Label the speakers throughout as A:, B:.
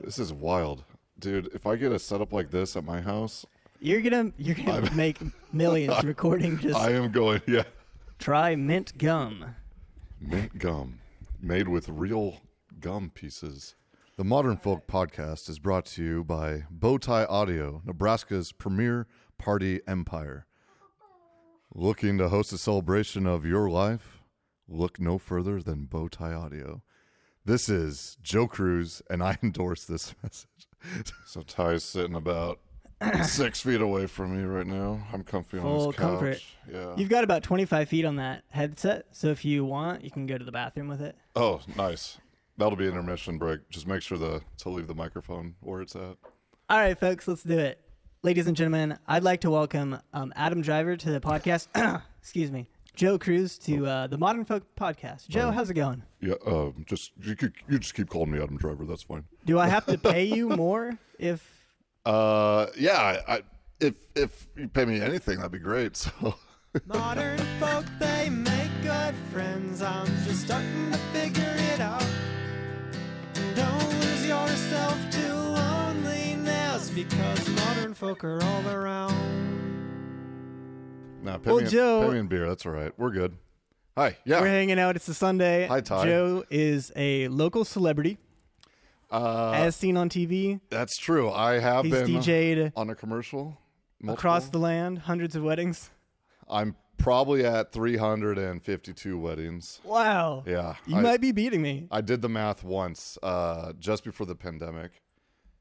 A: This is wild, dude. If I get a setup like this at my house,
B: You're gonna you're gonna make millions recording just
A: I am going. Yeah,
B: try mint gum.
A: mint gum made with real gum pieces.
C: The Modern Folk Podcast is brought to you by Bowtie Audio, Nebraska's premier party empire. Looking to host a celebration of your life? Look no further than Bowtie Audio. This is Joe Cruz, and I endorse this message.
A: So Ty's sitting about six feet away from me right now. I'm comfy on
B: Full
A: his couch.
B: comfort.
A: Yeah.
B: You've got about 25 feet on that headset, so if you want, you can go to the bathroom with it.
A: oh, nice. That'll be intermission break. Just make sure the to leave the microphone where it's at.
B: All right, folks, let's do it. Ladies and gentlemen, I'd like to welcome um, Adam Driver to the podcast. Excuse me, Joe Cruz to
A: Oh.
B: uh, the Modern Folk Podcast. Joe, how's it going?
A: Yeah. Um. Just you. could- You just keep calling me Adam Driver. That's fine.
B: Do I have to pay you more if
A: Uh. Yeah. I. If if you pay me anything, that'd be great. So.
D: Modern folk, they make good friends. I'm just starting to figure it out. Don't lose yourself to loneliness because modern folk are all around.
A: Nah, pay,
B: Well,
A: me in,
B: Joe-
A: pay me in beer. That's all right. We're good. Hi. Yeah.
B: we're hanging out? It's a Sunday.
A: Hi, Ty.
B: Joe is a local celebrity,
A: Uh,
B: as seen on TV
A: that's true. I have
B: He's
A: been
B: DJ'd
A: on a commercial. multiple.
B: across the land, hundreds of weddings.
A: I'm probably at 352 weddings.
B: Wow.
A: Yeah.
B: You
A: I,
B: might be beating me.
A: I did the math once, uh, just before the pandemic.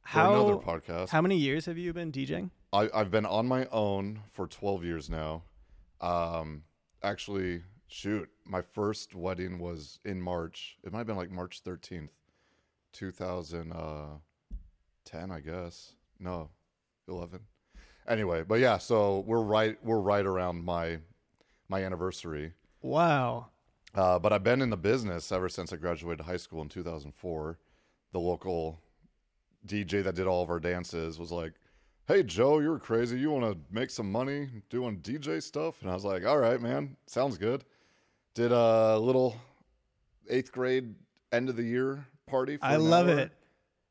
A: for
B: How
A: another podcast.
B: How many years have you been DJing?
A: I, I've been on my own for 12 years now. Um, actually, shoot, my first wedding was in March. It might have been like March 13th, 2010, I guess. No, 11. Anyway, but yeah, so we're right we're right around my my anniversary.
B: Wow.
A: Uh, but I've been in the business ever since I graduated high school in 2004. The local DJ that did all of our dances was like, Hey, Joe, you're crazy. You want to make some money doing DJ stuff? And I was like, All right, man. Sounds good. Did a little eighth grade end of the year party. For
B: I
A: an
B: love
A: hour.
B: it.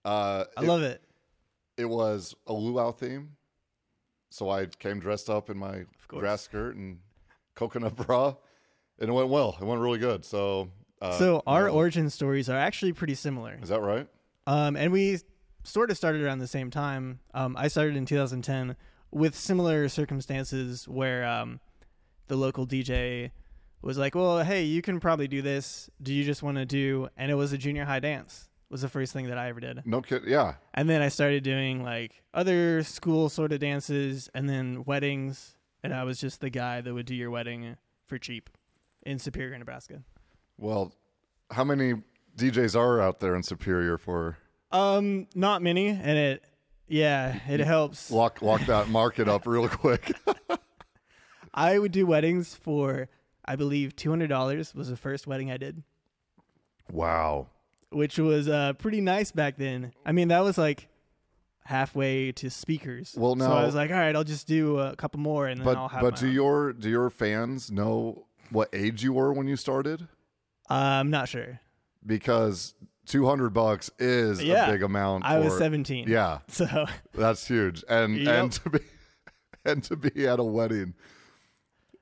A: Uh,
B: I love it.
A: it was a luau theme. So I came dressed up in my
B: course.
A: grass skirt and coconut bra, and it went well. It went really good. So, uh,
B: So our origin stories are actually pretty similar.
A: is that right?
B: Um, and we sort of started around the same time. Um, I started in 2010 with similar circumstances where um, the local DJ was like, "Well, hey, you can probably do this. Do you just want to do?" And it was a junior high dance. Was the first thing that I ever did.
A: No kid. Yeah.
B: And then I started doing like other school sort of dances and then weddings. And I was just the guy that would do your wedding for cheap in Superior, Nebraska.
A: Well, how many DJs are out there in Superior for
B: Um, not many. And it, yeah, it helps.
A: lock lock that market up real quick?
B: I would do weddings for, I believe, $200 was the first wedding I did,
A: wow.
B: which was uh, pretty nice back then. I mean, that was like halfway to speakers.
A: Well,
B: So I
A: now-
B: was like, all right, I'll just do a couple more and then I'll
A: But
B: have
A: but
B: my
A: do
B: own."
A: your do your fans know what age you were when you started?
B: Uh, I'm not sure.
A: Because 200 bucks is
B: Yeah.
A: a big amount.
B: I was
A: for-
B: 17.
A: Yeah.
B: So
A: That's huge. And
B: Yep.
A: and to be and to be at a wedding.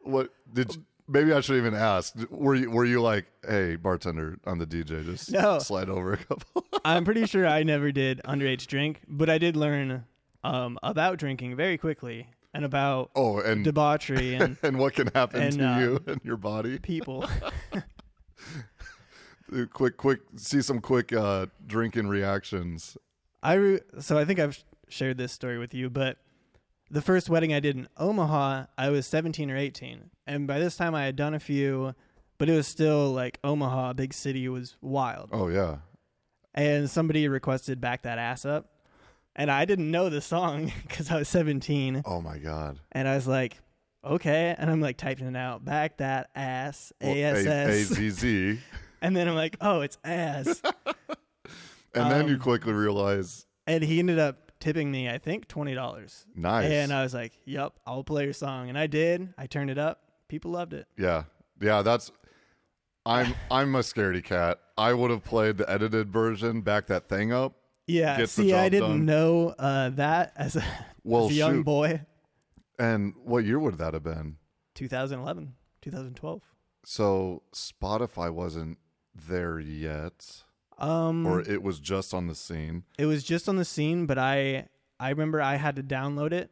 A: What did you- maybe I should even ask. Were you were you like, hey, bartender, I'm the DJ, just
B: No.
A: slide over a couple?
B: I'm pretty sure I never did underage drink, but I did learn um, about drinking very quickly and about
A: oh, and
B: debauchery and
A: and what can happen
B: And,
A: to
B: uh,
A: you and your body.
B: people.
A: Uh, Quick, quick, see some quick uh, drinking reactions.
B: I re- so I think I've sh- shared this story with you, but the first wedding I did in Omaha, I was 17 or 18, and by this time I had done a few, but it was still like Omaha, a big city, was wild.
A: Oh yeah,
B: and somebody requested back that ass up. And I didn't know the song because I was 17.
A: oh my god.
B: And I was like, okay. And I'm like typing it out, back that ass,
A: Well,
B: ASS.
A: A- AZZ.
B: and then I'm like, oh, it's ass.
A: and then
B: Um,
A: you quickly realize,
B: and he ended up tipping me, I think, $20.
A: Nice.
B: And I was like, yep, I'll play your song. And I did. I turned it up. People loved it.
A: yeah, yeah, that's. I'm I'm a scaredy cat. I would have played the edited version, back that thing up,
B: Yeah.
A: Gets the
B: see, I
A: job
B: didn't
A: done.
B: know uh, that as a,
A: Well,
B: as a young
A: shoot.
B: boy.
A: And what year would that have been?
B: 2011, 2012.
A: So Spotify wasn't there yet,
B: Um,
A: or it was just on the scene
B: it was just on the scene, but I I remember I had to download it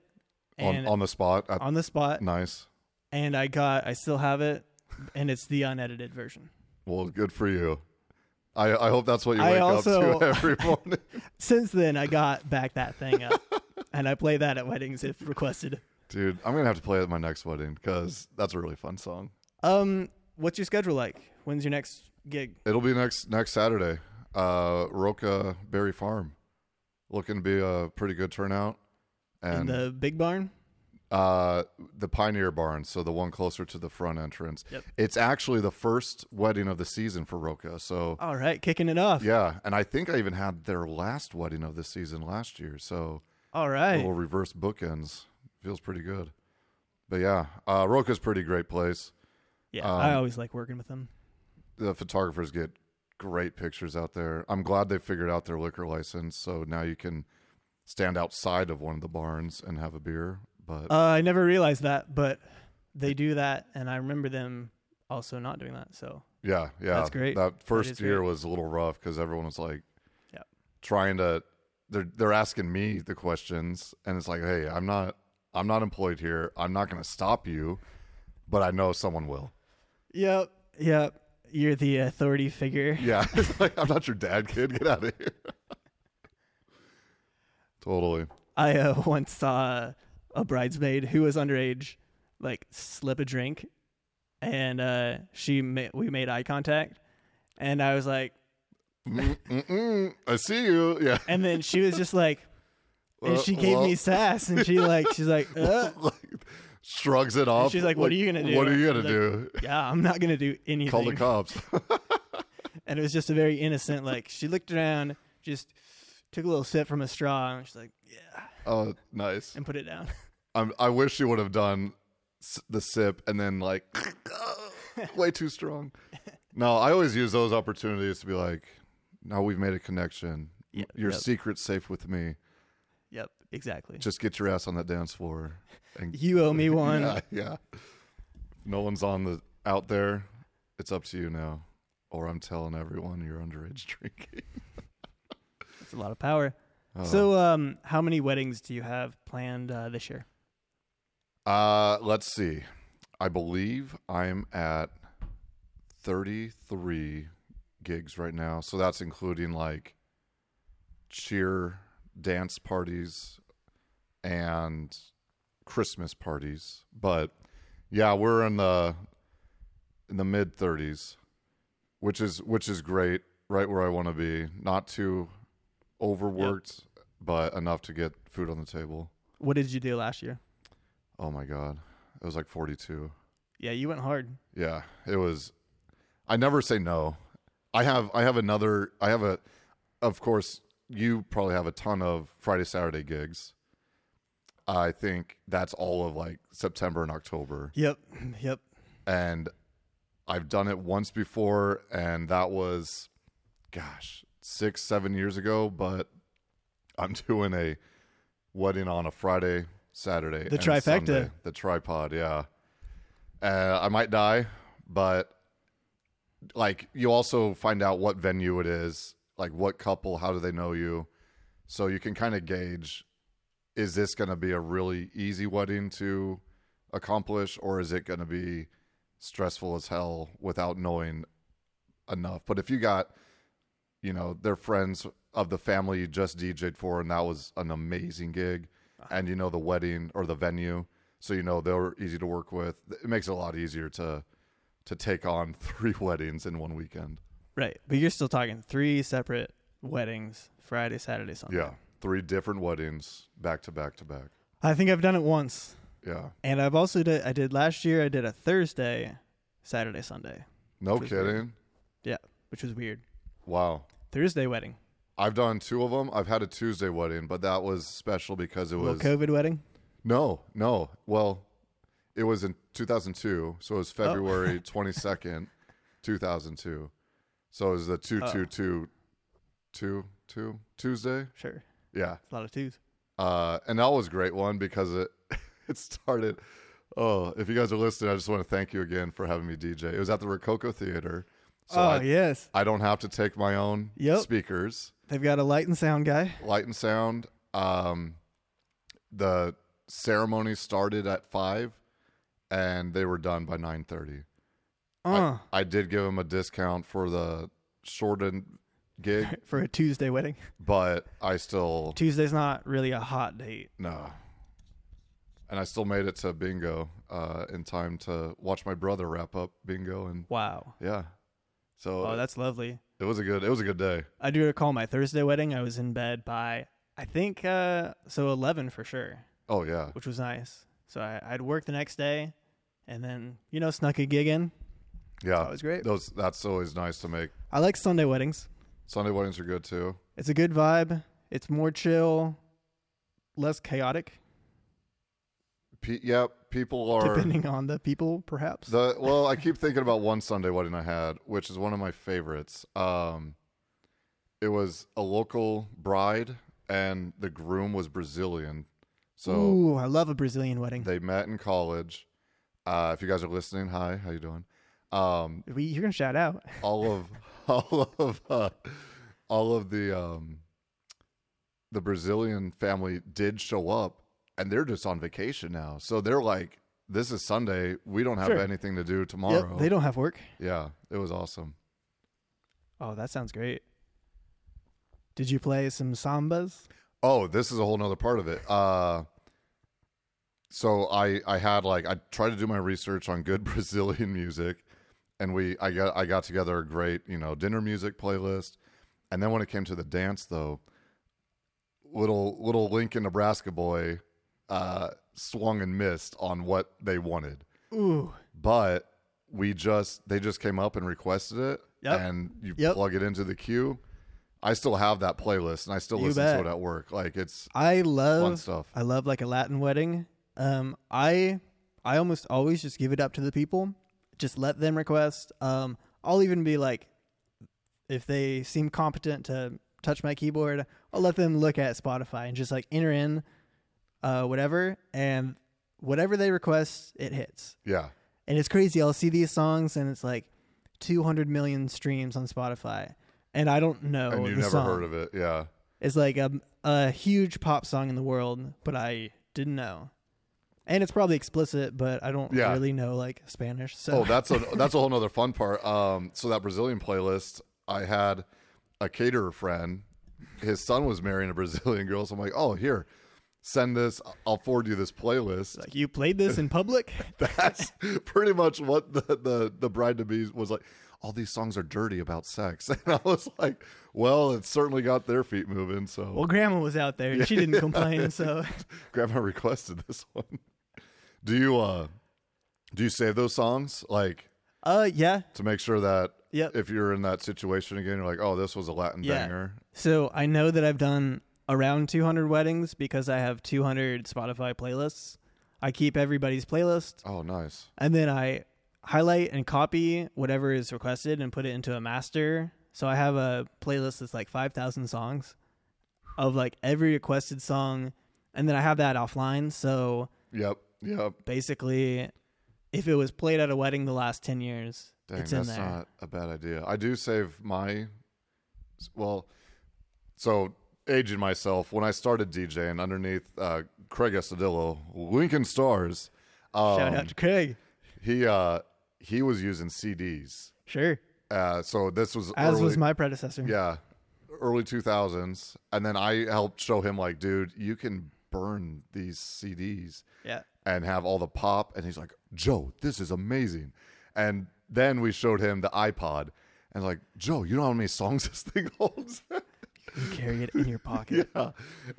A: on,
B: and on,
A: on the spot. At,
B: the spot,
A: nice.
B: and I got I still have it, and it's the unedited version.
A: Well, good for you. I, I hope that's what you
B: I
A: wake
B: also-
A: up to every morning.
B: Since then, I got back that thing up, and I play that at weddings if requested.
A: Dude, I'm going to have to play it at my next wedding because that's a really fun song.
B: Um, what's your schedule like? When's your next gig?
A: It'll be next next Saturday. Uh, Roca Berry Farm. Looking to be a pretty good turnout.
B: In
A: And
B: the big barn?
A: uh, the Pioneer Barn, so the one closer to the front entrance.
B: Yep.
A: It's actually the first wedding of the season for Roca. So,
B: All right, kicking it off.
A: yeah. And I think I even had their last wedding of the season last year. So,
B: All right.
A: little reverse bookends. Feels pretty good. But yeah, uh, Roca's a pretty great place.
B: Yeah,
A: um,
B: I always like working with them.
A: The photographers get great pictures out there. I'm glad they figured out their liquor license, so now you can stand outside of one of the barns and have a beer. But
B: Uh, I never realized that, but they do that, and I remember them also not doing that. So
A: yeah, yeah,
B: that's great.
A: That first
B: is
A: year
B: great.
A: was a little rough because everyone was like,
B: Yep.
A: trying to. They're they're asking me the questions, and it's like, hey, I'm not I'm not employed here. I'm not going to stop you, but I know someone will.
B: Yep. Yep. You're the authority figure.
A: Yeah, it's like I'm not your dad, kid. Get out of here. totally.
B: I uh, once saw a bridesmaid who was underage, like slip a drink, and uh, she ma- we made eye contact, and I was like,
A: Mm-mm, I see you. Yeah.
B: and then she was just like, and she
A: Uh,
B: gave me
A: well-
B: sass, and she like, she's like, uh,
A: like, shrugs it off.
B: she's like, "What are you gonna do?"
A: What are you gonna
B: Like,
A: do?
B: yeah, I'm not gonna do anything.
A: Call the cops.
B: and it was just a very innocent like she looked around just took a little sip from a straw and she's like yeah
A: oh, nice.
B: and put it down
A: I'm, I wish she would have done s- the sip and then like way too strong. No, I always use those opportunities to be like, now we've made a connection.
B: Yep,
A: your
B: yep.
A: secret's safe with me.
B: yep exactly
A: Just get your ass on that dance floor and
B: you owe me one
A: Yeah, yeah. No one's on the out there. It's up to you now, or I'm telling everyone you're underage drinking.
B: it's a lot of power
A: Oh.
B: so um how many weddings do you have planned uh, this year
A: uh, let's see. I believe I'm at 33 gigs right now. So that's including like cheer dance parties and Christmas parties. But yeah, we're in the in the mid 30s, which is which is great, right where I want to be. Not too overworked, but enough to get food on the table.
B: what did you do last year
A: Oh my god. It was like 42.
B: yeah you went hard
A: Yeah, it was. I never say no. I have I have another. I have a. Of course, you probably have a ton of Friday Saturday gigs. I think that's all of like September and October,
B: yep yep
A: and I've done it once before, and that was, gosh, six seven years ago. But I'm doing a wedding on a Friday, Saturday,
B: The
A: and
B: trifecta.
A: Sunday. the tripod. Yeah, uh, I might die, but like you also find out what venue it is, like what couple, how do they know you, so you can kind of gauge is this going to be a really easy wedding to accomplish or is it going to be stressful as hell without knowing enough. But if you got you know, they're friends of the family you just DJ'd for, and that was an amazing gig. And you know the wedding or the venue, so you know they're easy to work with. It makes it a lot easier to to take on three weddings in one weekend.
B: right but you're still talking three separate weddings friday saturday sunday
A: Yeah, three different weddings back to back to back.
B: i think i've done it once
A: Yeah,
B: and i've also did i did last year i did a thursday saturday sunday
A: no
B: Which is weird.
A: kidding.
B: yeah which was weird
A: Wow,
B: thursday wedding
A: I've done two of them. I've had a Tuesday wedding, but that was special because it was
B: little covid wedding
A: No, no. Well, it was in 2002, so it was
B: Oh.
A: February
B: Uh.
A: 22nd, 2002. So it was the two two two two two two Tuesday.
B: Sure.
A: Yeah,
B: It's a lot of twos.
A: uh, and that was a great one because it it started. Oh, if you guys are listening, I just want to thank you again for having me DJ. It was at the Rococo Theater, so
B: oh,
A: I,
B: yes.
A: I don't have to take my own
B: Yep.
A: speakers,
B: They've got a light and sound guy.
A: light and sound. Um, the ceremony started at five, and they were done by nine thirty.
B: Uh,
A: I, I did give him a discount for the shortened gig,
B: for a Tuesday wedding.
A: but I still
B: Tuesday's not really a hot date.
A: no. And I still made it to bingo uh, in time to watch my brother wrap up bingo, and
B: Wow.
A: yeah, so
B: Oh, that's lovely.
A: it was a good it was a good day.
B: I do recall my Thursday wedding. I was in bed by I think uh so eleven for sure,
A: Oh yeah,
B: which was nice. So I, I'd work the next day, and then you know snuck a gig in.
A: yeah,
B: That was great.
A: Those that's always nice to make.
B: I like Sunday weddings.
A: Sunday weddings are good too.
B: It's a good vibe. It's more chill, less chaotic,
A: Pe- yeah, people are
B: depending on the people, perhaps.
A: The well, I keep thinking about one Sunday wedding I had, which is one of my favorites. Um, it was a local bride, and the groom was Brazilian, so
B: Ooh, I love a Brazilian wedding.
A: they met in college. Uh, if you guys are listening, hi, how you doing? Um,
B: we, you're gonna shout out.
A: all of all of uh, all of the um, the Brazilian family did show up, and they're just on vacation now, so they're like. This is Sunday. We don't have
B: Sure.
A: anything to do tomorrow.
B: Yep, they don't have work.
A: Yeah, it was awesome.
B: Oh, that sounds great. Did you play some sambas?
A: Oh, this is a whole nother part of it. Uh, so I I had like I tried to do my research on good Brazilian music, and we I got I got together a great you know dinner music playlist, and then when it came to the dance though, little little Lincoln Nebraska boy uh, swung and missed on what they wanted,
B: Ooh,
A: but we just they just came up and requested it,
B: Yep.
A: and you
B: Yep.
A: plug it into the queue. I still have that playlist, and I still
B: You
A: listen
B: bet.
A: to it at work. Like it's
B: I love
A: Fun stuff.
B: I love like a Latin wedding. Um, I I almost always just give it up to the people. Just let them request. Um, I'll even be like, if they seem competent to touch my keyboard, I'll let them look at Spotify and just like enter in, uh, whatever and whatever they request, it hits.
A: yeah,
B: And it's crazy. I'll see these songs and it's like 200 million streams on Spotify, and I don't know.
A: and you
B: Oh, the
A: never
B: song.
A: heard of it. Yeah,
B: It's like a, a huge pop song in the world, but I didn't know. And it's probably explicit, but I don't
A: Yeah.
B: really know like Spanish. So
A: Oh, that's a that's a whole nother fun part. Um, so that Brazilian playlist, I had a caterer friend. His son was marrying a Brazilian girl, so I'm like, oh, here, send this. I'll forward you this playlist.
B: like you played this in public?
A: That's pretty much what the the, the bride to be was like. All these songs are dirty about sex, and I was like, well, it certainly got their feet moving. So
B: well, grandma was out there and she didn't complain, so
A: grandma requested this one. Do you uh, do you save those songs like?
B: uh yeah.
A: to make sure that
B: Yep.
A: if you're in that situation again, you're like, oh, this was a Latin
B: Yeah.
A: banger.
B: So I know that I've done around 200 weddings because I have 200 Spotify playlists. I keep everybody's playlist
A: Oh, nice.
B: and then I highlight and copy whatever is requested and put it into a master. So I have a playlist that's like 5,000 songs of like every requested song, and then I have that offline. So
A: Yep, yep.
B: basically, if it was played at a wedding the last 10 years,
A: Dang,
B: it's in
A: that's
B: there.
A: not a bad idea. I do save my, well, so aging myself when I started DJing underneath uh, Craig Estadillo, Lincoln Stars. Um,
B: Shout out to Craig.
A: He uh, he was using CDs.
B: Sure.
A: Uh, so this was
B: As
A: early,
B: was my predecessor.
A: yeah, early two thousands, and then I helped show him like, dude, you can burn these CDs.
B: Yeah.
A: and have all the pop. And he's like, Joe, this is amazing. And then we showed him the iPod and like, Joe, you know how many songs this thing holds?
B: You carry it in your pocket.
A: yeah.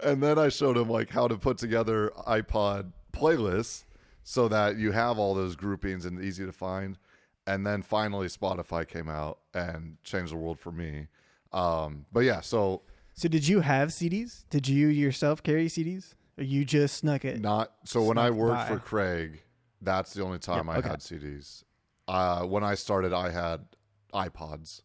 A: And then I showed him like how to put together iPod playlists so that you have all those groupings and easy to find. And then finally Spotify came out and changed the world for me. Um, but yeah, so
B: So did you have CDs? Did you yourself carry CDs? Or you just snuck it?
A: Not so when I
B: Snuck
A: worked
B: by.
A: for Craig, that's the only time I
B: okay.
A: had CDs. Uh, when I started, I had iPods,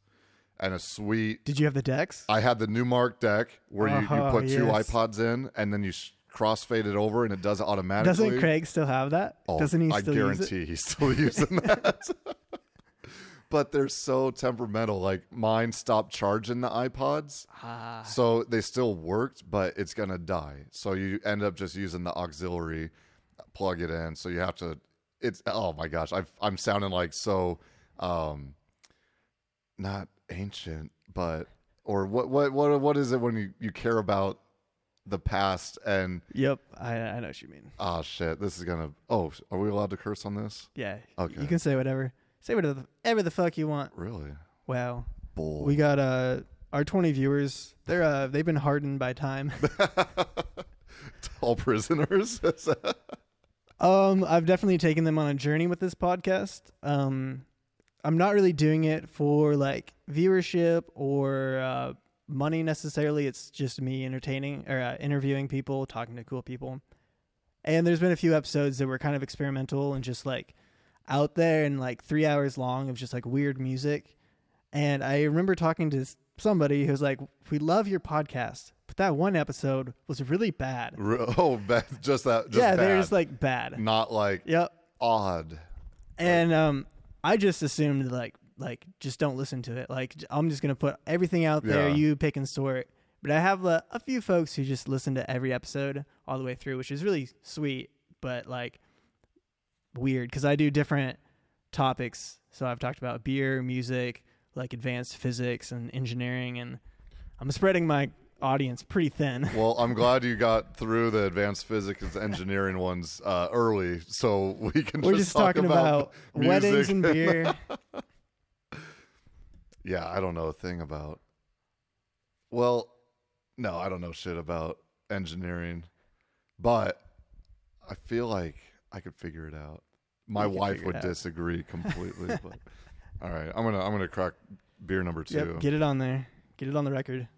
A: and a sweet.
B: Did you have the decks?
A: I had the Newmark deck where you, you
B: Oh,
A: put two
B: yes.
A: iPods in and then you sh- crossfade it over and it does it automatically.
B: Doesn't Craig still have that?
A: Oh,
B: Doesn't he
A: I
B: still use it?
A: guarantee he's still using that. but they're so temperamental. Like mine stopped charging the iPods,
B: Ah.
A: so they still worked, but it's gonna die. So you end up just using the auxiliary, plug it in. So you have to. It's oh my gosh, I've, I'm sounding like so, um, not ancient, but or what what what what is it when you you care about the past and
B: Yep, I, I know what you mean.
A: oh shit, this is gonna oh are we allowed to curse on this?
B: Yeah.
A: Okay.
B: You can say whatever. Say whatever the, whatever the fuck you want.
A: Really?
B: Wow.
A: Bull.
B: We got uh our 20 viewers. They're uh they've been hardened by time.
A: all prisoners.
B: um I've definitely taken them on a journey with this podcast. Um I'm not really doing it for like viewership or uh money necessarily. It's just me entertaining or uh, interviewing people, talking to cool people. And there's been a few episodes that were kind of experimental and just like out there and like 3 hours long of just like weird music. And I remember talking to s- somebody who was like, "We love your podcast, but that one episode was really bad."
A: Re- oh, bad. just that. Just
B: yeah, they're
A: bad.
B: just like bad.
A: not like
B: Yep.
A: odd.
B: And um, I just assumed like like just don't listen to it. Like j- I'm just gonna put everything out there.
A: Yeah.
B: You pick and sort. But I have uh, a few folks who just listen to every episode all the way through, which is really sweet, but like weird because I do different topics. So I've talked about beer, music, like advanced physics and engineering, and I'm spreading my audience pretty thin.
A: Well, I'm glad you got through the advanced physics and engineering ones uh, early, so we can.
B: We're
A: just,
B: just
A: talk
B: talking about,
A: music.
B: weddings and beer.
A: yeah, I don't know a thing about. Well, no, I don't know shit about engineering, but I feel like I could figure it out. My
B: You could
A: wife
B: figure
A: would
B: it out.
A: disagree completely, but all right, I'm gonna I'm gonna crack beer number two.
B: Yep, get it on there. Get it on the record.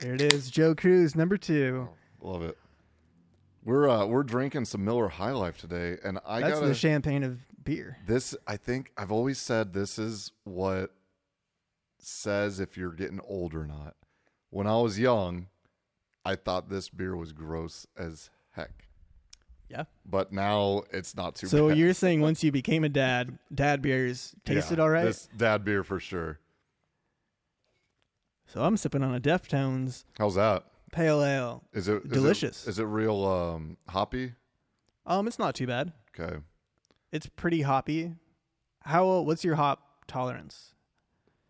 B: There it is, Joe Cruz, number two.
A: Love it. We're uh, we're drinking some Miller High Life today, and I
B: That's
A: got
B: the
A: to
B: champagne of beer.
A: this. I think I've always said this is what says if you're getting old or not. When I was young, I thought this beer was gross as heck,
B: Yeah.
A: but now it's not too.
B: So
A: bad.
B: you're saying once you became a dad, dad beers tasted
A: Yeah,
B: all right.
A: This dad beer for sure.
B: So I'm sipping on a Deftones
A: How's that?
B: Pale Ale.
A: Is it is it-
B: Delicious.
A: Is it real um, hoppy?
B: Um, it's not too bad.
A: Okay,
B: It's pretty hoppy. How? What's your hop tolerance?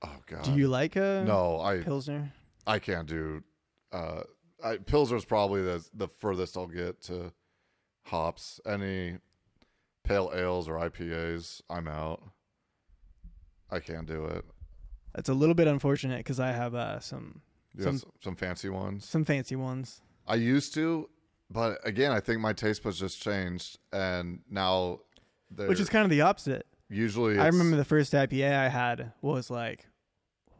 A: Oh god.
B: Do you like a
A: No, I
B: Pilsner?
A: I can't do. Uh, I, Pilsner's probably the the furthest I'll get to hops. Any pale ales or IPAs, I'm out. I can't do it.
B: That's a little bit unfortunate because I have uh, some
A: You
B: Some-
A: some some fancy ones.
B: some fancy ones.
A: I used to, but again, I think my taste buds just changed, and now they're
B: Which is kind of the opposite.
A: usually.
B: I
A: it's-
B: remember the first IPA I had was like,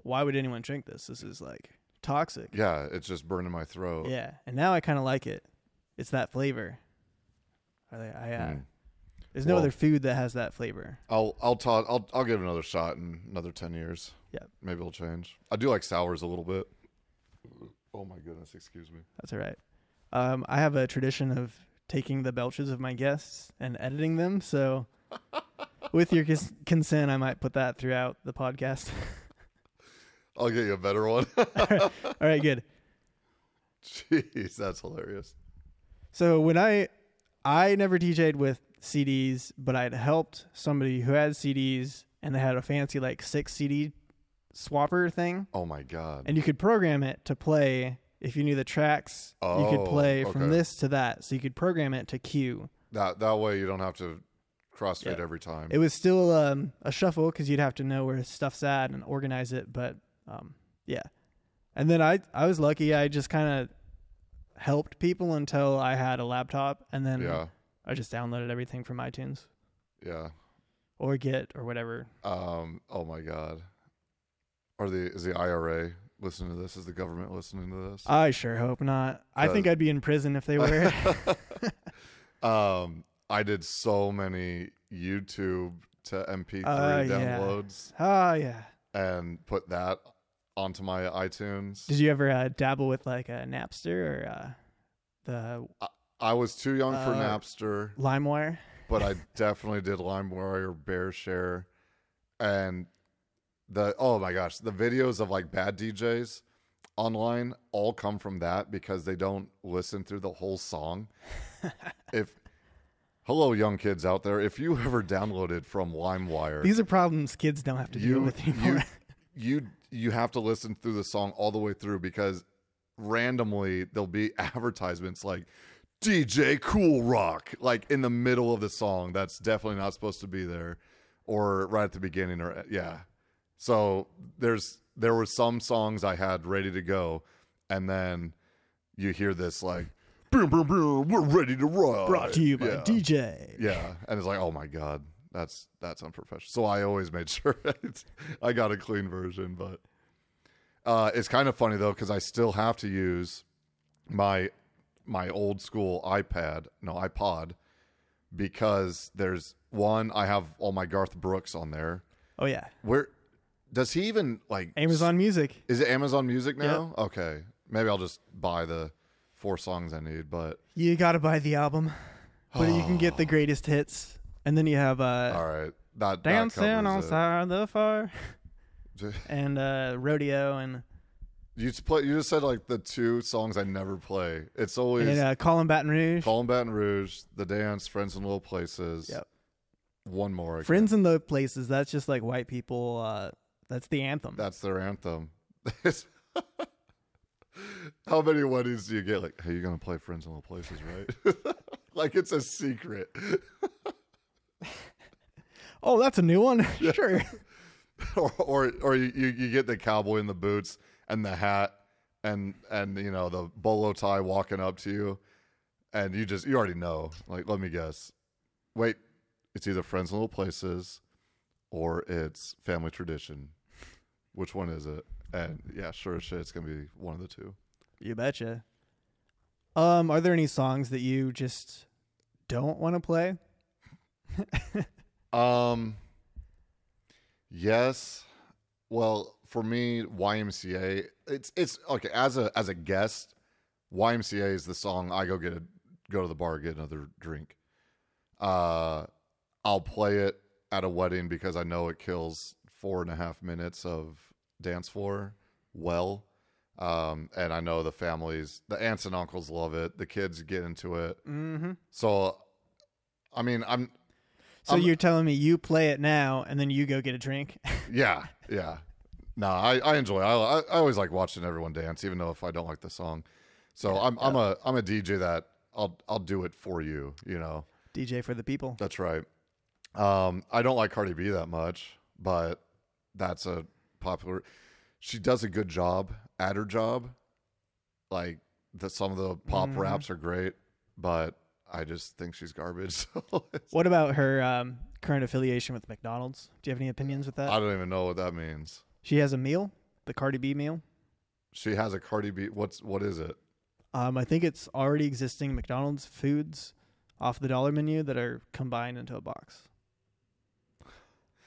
B: why would anyone drink this? This is like toxic.
A: Yeah, it's just burning my throat.
B: Yeah. And now I kind of like it. It's that flavor. I, I, uh,
A: Mm.
B: There's no
A: Well-
B: other food that has that flavor.
A: I'll I'll talk. I'll I'll give it another shot in another ten years.
B: Yeah.
A: maybe it'll change. I do like sours a little bit. Oh my goodness! Excuse me.
B: That's all right. Um, I have a tradition of taking the belches of my guests and editing them. So, with your cons- consent, I might put that throughout the podcast.
A: I'll get you a better one.
B: all right, good.
A: Jeez, that's hilarious.
B: So when I I never DJ'd with CDs, but I'd helped somebody who had CDs and they had a fancy like six CD swapper thing,
A: Oh my god.
B: and you could program it to play if you knew the tracks. you
A: Oh,
B: could play from
A: okay.
B: this to that, so you could program it to cue.
A: That that way you don't have to crossfit
B: Yeah.
A: every time.
B: It was still um, a shuffle because you'd have to know where stuff's at and organize it. But um, yeah, and then I I was lucky. I just kind of helped people until I had a laptop, and then
A: yeah.
B: I just downloaded everything from iTunes
A: Yeah.
B: or Git or whatever.
A: Um oh my god. Are the is the IRA listening to this? Is the government listening to this?
B: I sure hope not. I think
A: Does-
B: I'd be in prison if they were.
A: um I did so many YouTube to MP3
B: Uh, yeah.
A: downloads.
B: oh yeah.
A: and put that onto my iTunes.
B: Did you ever uh, dabble with like a Napster or uh, the
A: I was too young for
B: Uh,
A: Napster,
B: LimeWire?
A: but I definitely did LimeWire or BearShare, and the oh my gosh, the videos of like bad DJs online all come from that because they don't listen through the whole song. if hello, young kids out there, if you ever downloaded from LimeWire,
B: These are problems kids don't have to deal with anymore.
A: you you you have to listen through the song all the way through because randomly there'll be advertisements like DJ Cool Rock like in the middle of the song that's definitely not supposed to be there or right at the beginning or yeah. So there's there were some songs I had ready to go and then you hear this like boom boom boom we're ready to rock
B: Brought to you by
A: yeah.
B: DJ.
A: Yeah, and it's like, oh my god, that's that's unprofessional. So I always made sure it's- I got a clean version. But uh, it's kind of funny though because I still have to use my my old school iPad, no iPod, because there's one I have all my Garth Brooks on there.
B: Oh yeah,
A: Where does he even like
B: Amazon Music.
A: Is it Amazon Music now? Okay, maybe I'll just buy the four songs I need. But
B: You gotta buy the album, but you can get the greatest hits, and then you have uh,
A: all right, that that
B: dancing
A: covers
B: on
A: it.
B: side the fire and uh, rodeo and,
A: You just play. You just said like the two songs I never play. It's always
B: and uh, Colin Baton Rouge.
A: Call 'em Baton Rouge, The Dance, Friends in Little Places.
B: Yep.
A: One more. I can't-
B: Friends in Low Places. That's just like white people. Uh, that's the anthem.
A: That's their anthem. How many weddings do you get? Like, hey, you're gonna play Friends in Little Places, right? like it's a secret.
B: oh, that's a new one. sure.
A: or or, or you, you you get the cowboy in the boots and the hat and and you know the bolo tie walking up to you and you just you already know like let me guess wait it's either friends in little places or it's family tradition which one is it and yeah sure as shit it's gonna be one of the two
B: You betcha. Um, are there any songs that you just don't want to play?
A: Um. Yes. Well, for me, YMCA. It's it's okay as a as a guest. YMCA is the song I go get a go to the bar get another drink. Uh, I'll play it at a wedding because I know it kills four and a half minutes of dance floor well. Um, and I know the families, the aunts and uncles love it. The kids get into it.
B: Mm-hmm.
A: So, I mean, I'm
B: So
A: Um,
B: you're telling me you play it now and then you go get a drink?
A: Yeah, yeah. No, I, I enjoy. It. I, I I always like watching everyone dance, even though if I don't like the song. So I'm I'm a I'm a DJ that I'll I'll do it for you. You know
B: DJ for the people.
A: that's right. Um, I don't like Cardi B that much, but that's a popular. She does a good job at her job. Like the, some of the pop
B: Mm-hmm.
A: raps are great, but I just think she's garbage. So it's-
B: What about her um, current affiliation with McDonald's? Do you have any opinions with that?
A: I don't even know what that means.
B: she has a meal, the Cardi B meal.
A: She has a Cardi B. What's what is it?
B: Um, I think it's already existing McDonald's foods off the dollar menu that are combined into a box.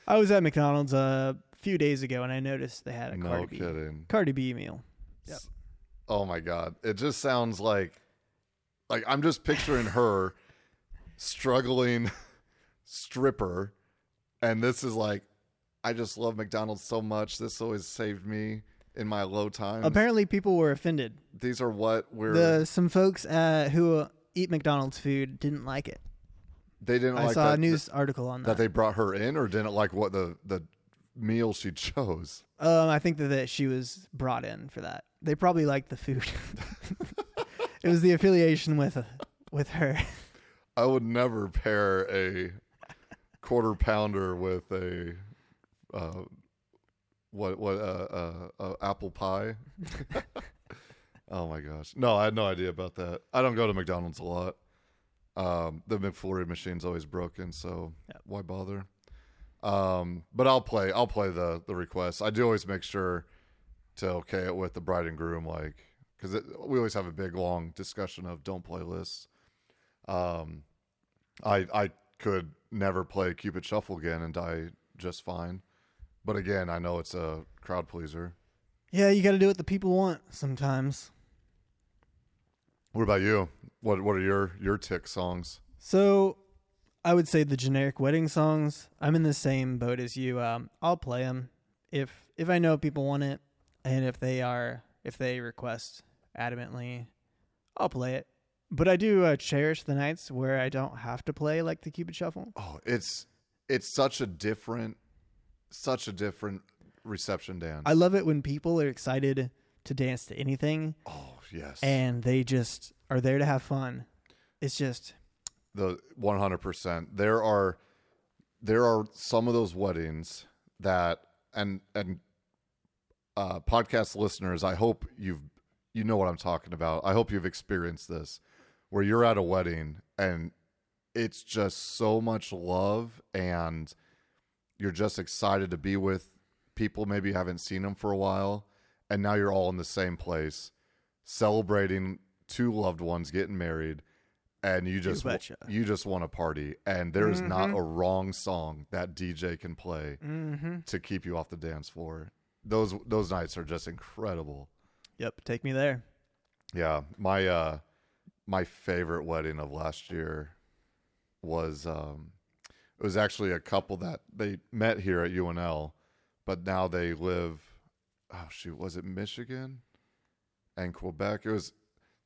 B: I was at McDonald's a few days ago and I noticed they had a
A: no
B: Cardi B
A: kidding.
B: Cardi B meal. Yep.
A: Oh my god. It just sounds like like I'm just picturing her struggling stripper and this is like I just love McDonald's so much. This always saved me in my low times.
B: Apparently, people were offended.
A: These are what we're
B: The some folks uh, who uh, eat McDonald's food didn't like it.
A: they didn't
B: I
A: like
B: saw
A: that,
B: a news article on
A: that
B: that.
A: they brought her in or didn't like what the the meal she chose.
B: um, I think that, that she was brought in for that. They probably liked the food. it was the affiliation with with her.
A: I would never pair a quarter pounder with a uh, what what uh, uh, uh, apple pie. oh my gosh! No, I had no idea about that. I don't go to McDonald's a lot. Um, the McFlurry machine's always broken, so why bother? Um, but I'll play. I'll play the the request. I do always make sure to okay it with the bride and groom, like because we always have a big long discussion of don't play lists. Um, I I could never play Cupid Shuffle again and die just fine. But again, I know it's a crowd pleaser.
B: Yeah, you got to do what the people want sometimes.
A: What about you? What What are your your tick songs?
B: So, I would say the generic wedding songs. I'm in the same boat as you. Um, I'll play them if if I know people want it, and if they are if they request adamantly, I'll play it. But I do uh, cherish the nights where I don't have to play like the Cupid Shuffle.
A: Oh, it's it's such a different, such a different reception dance.
B: I love it when people are excited to dance to anything
A: oh yes,
B: and they just are there to have fun. It's just
A: the one hundred percent. There are there are some of those weddings that and and uh, podcast listeners, I hope you've you know what I'm talking about. I hope you've experienced this where you're at a wedding and it's just so much love and you're just excited to be with people maybe you haven't seen them for a while and now you're all in the same place celebrating two loved ones getting married and you just wa-
B: betcha.
A: you just want to party and there is not a wrong song that DJ can play to keep you off the dance floor. Those those nights are just incredible.
B: yep, take me there.
A: Yeah, my uh my favorite wedding of last year was um it was actually a couple that they met here at UNL, but now they live oh shoot, was it Michigan and Quebec? It was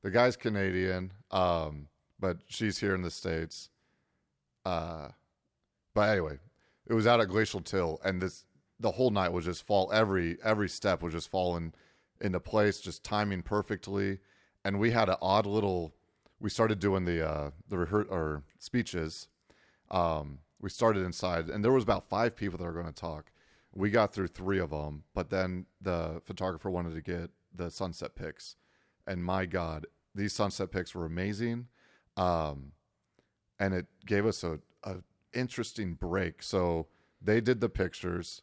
A: the guy's Canadian, um, but she's here in the States. Uh but anyway, it was out at Glacial Till and this the whole night was just fall every every step was just falling into place, just timing perfectly. And we had an odd little. We started doing the uh, the rehear- or speeches. Um, we started inside, and there was about five people that were going to talk. We got through three of them, but then the photographer wanted to get the sunset pics, and my God, these sunset pics were amazing. Um, and it gave us a, a interesting break. So they did the pictures,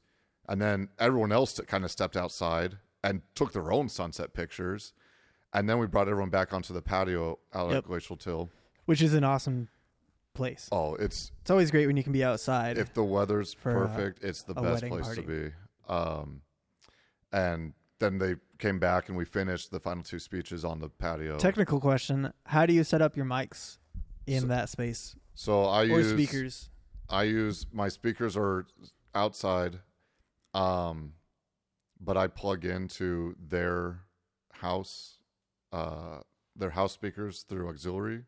A: and then everyone else kind of stepped outside and took their own sunset pictures, and then we brought everyone back onto the patio out
B: Yep.
A: at Glacial Till.
B: Which is an awesome place.
A: Oh, it's
B: It's always great when you can be outside.
A: if the weather's
B: For a-
A: perfect, it's the
B: a
A: best
B: wedding
A: place to
B: party.
A: be. Um, and then they came back, and we finished the final two speeches on the patio.
B: Technical question: How do you set up your mics in that space
A: so I
B: or
A: use
B: speakers?
A: I use my speakers are outside, um, but I plug into their house, uh, their house speakers through auxiliary.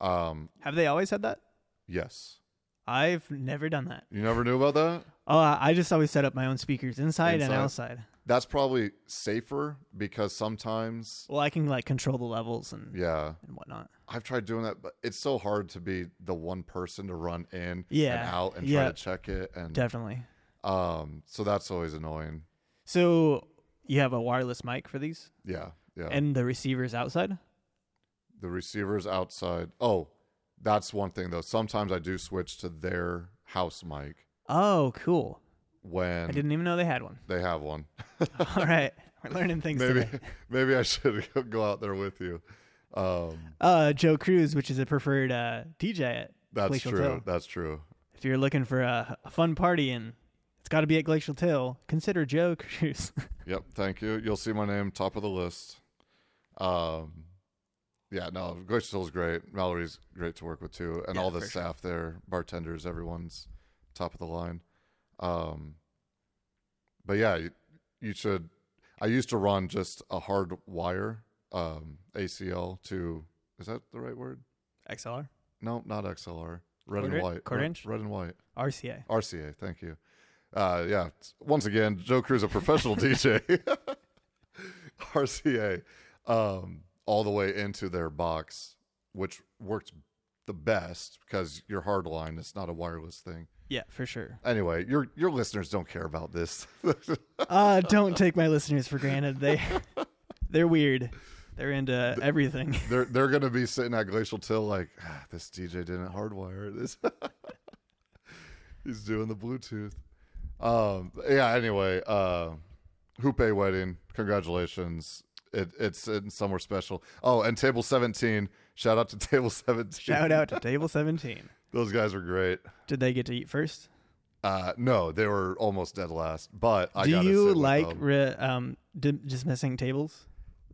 A: Um,
B: Have they always had that?
A: yes,
B: I've never done that.
A: you never knew about that.
B: Oh, I I just always set up my own speakers inside, and
A: Inside?
B: outside.
A: That's probably safer because sometimes,
B: Well, I can like control the levels and
A: yeah,
B: and whatnot.
A: I've tried doing that, but it's so hard to be the one person to run in
B: Yeah,
A: and out and
B: yeah.
A: try to check it, and
B: Definitely.
A: um, so that's always annoying.
B: So you have a wireless mic for these,
A: Yeah, yeah.
B: and the receivers outside.
A: the receivers outside. Oh, that's one thing though. Sometimes I do switch to their house mic
B: Oh, cool! I
A: when
B: didn't even know they had one.
A: they have one.
B: All right, we're learning things
A: maybe
B: today.
A: maybe I should go out there with you. Um,
B: Uh, Joe Cruz, which is a preferred uh, DJ at
A: that's
B: Glacial
A: true.
B: Till.
A: That's true.
B: if you're looking for a, a fun party and it's got to be at Glacial Till, consider Joe Cruz.
A: Yep. Thank you. You'll see my name top of the list. Um, yeah. No, Glitchville's great. Mallory's great to work with too, and
B: Yeah,
A: all the
B: for sure.
A: staff there, bartenders, everyone's top of the line. Um, but yeah, you, you should. I used to run just a hard wire um, ACL to. Is that the right word?
B: XLR,
A: No, not XLR. Red
B: Quarter-
A: and white.
B: quarter
A: red,
B: inch?
A: Red and white.
B: RCA.
A: RCA, thank you. Uh, yeah, t- once again, Joe Cruz, a professional DJ. RCA, um, all the way into their box, which worked the best because you're hardline. It's not a wireless thing.
B: Yeah, for sure.
A: Anyway, your your listeners don't care about this.
B: Uh, don't take my listeners for granted. They they're weird. They're into everything.
A: they're they're gonna be sitting at Glacial Till like "Ah, this DJ didn't hardwire this. He's doing the Bluetooth. Um, yeah. Anyway, uh, Hoope wedding. Congratulations. It, it's in somewhere special. Oh, and Table Seventeen. Shout out to Table Seventeen.
B: Shout out to Table Seventeen.
A: Those guys are great.
B: Did they get to eat first?
A: Uh, no, they were almost dead last, but I
B: Do
A: gotta sit
B: you
A: with
B: like
A: them.
B: re- um, di- dismissing tables?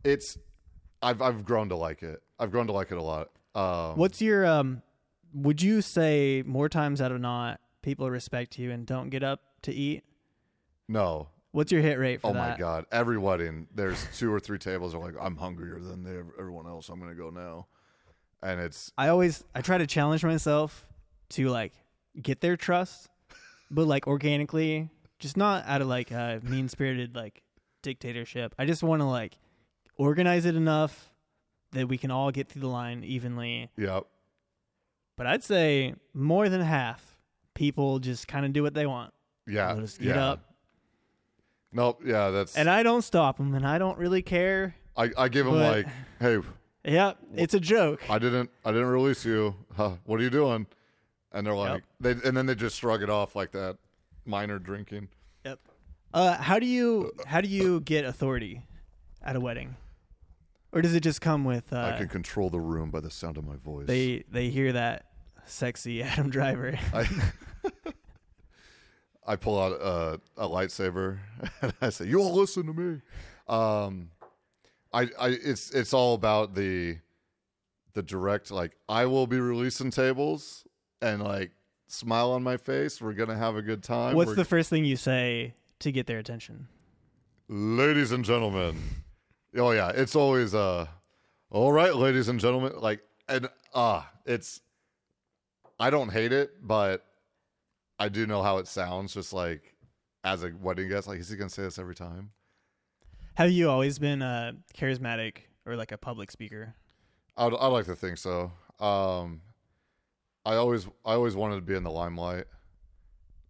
A: it's? I've I've grown to like it. I've grown to like it a lot. Um,
B: What's your um? Would you say more times out of not people respect you and don't get up to eat?
A: No,
B: What's your hit rate for
A: Oh
B: that?
A: my god! Every wedding, there's two or three tables are like, I'm hungrier than they, everyone else. I'm gonna go now, and it's
B: I always I try to challenge myself to like get their trust, but like organically, just not out of like a mean spirited like dictatorship. I just want to like organize it enough that we can all get through the line evenly.
A: yep.
B: But I'd say more than half people just kind of do what they want.
A: yeah,
B: They'll just
A: yeah.
B: get up,
A: Nope, yeah, that's.
B: and
A: And I,
B: I don't stop them, and I don't really care.
A: I, give them
B: but-
A: like, hey,
B: Yep, it's a joke.
A: I didn't, I didn't release you. Huh, what are you doing? And they're like, they, and then they just shrug it off like that. Minor drinking.
B: Yep. Uh, how do you how do you get authority at a wedding, or does it just come with uh,
A: I can control the room by the sound of my voice.
B: they they hear that sexy Adam Driver?
A: I, I pull out a, a lightsaber and I say, "You all listen to me." Um, I, I, it's it's all about the the direct. Like, I will be releasing tables and like smile on my face. We're gonna have a good time.
B: What's
A: We're-
B: the first thing you say to get their attention?
A: ladies and gentlemen? Oh yeah, it's always uh, all right, ladies and gentlemen. Like, and ah, it's. I don't hate it, but I do know how it sounds. Just like as a wedding guest, like is he gonna say this every time?
B: Have you always been uh, charismatic or like a public speaker?
A: I'd I'd like to think so. Um, I always I always wanted to be in the limelight.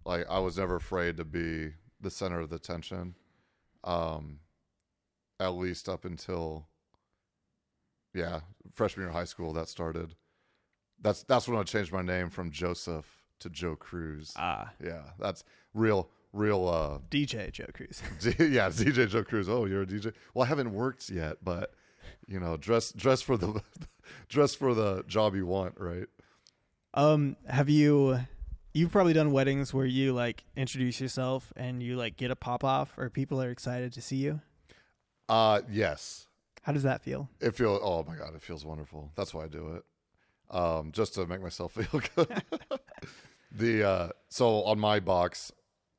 A: Like I was never afraid to be the center of the attention. Um, at least up until yeah, freshman year of high school that started. That's that's when I changed my name from Joseph to Joe Cruz.
B: Ah,
A: yeah, that's real real uh
B: DJ Joe Cruz.
A: D- yeah, DJ Joe Cruz. Oh, you're a DJ. Well, I haven't worked yet, but you know, dress dress for the dress for the job you want, right?
B: Um, have you? You've probably done weddings where you like introduce yourself and you like get a pop off, or people are excited to see you.
A: Uh yes.
B: How does that feel?
A: It feels oh my god, it feels wonderful. That's why I do it. Um just to make myself feel good. the uh so on my box,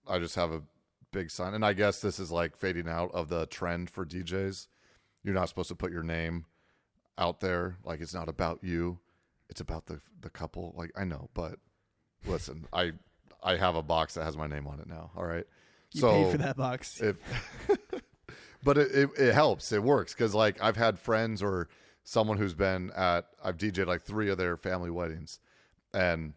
A: I just have a big sign and I guess this is like fading out of the trend for DJs. You're not supposed to put your name out there like it's not about you. It's about the the couple. Like I know, but listen, I I have a box that has my name on it now, all right?
B: You paid for that box.
A: if but it, it, it helps it works because like i've had friends or someone who's been at i've dj'd like three of their family weddings and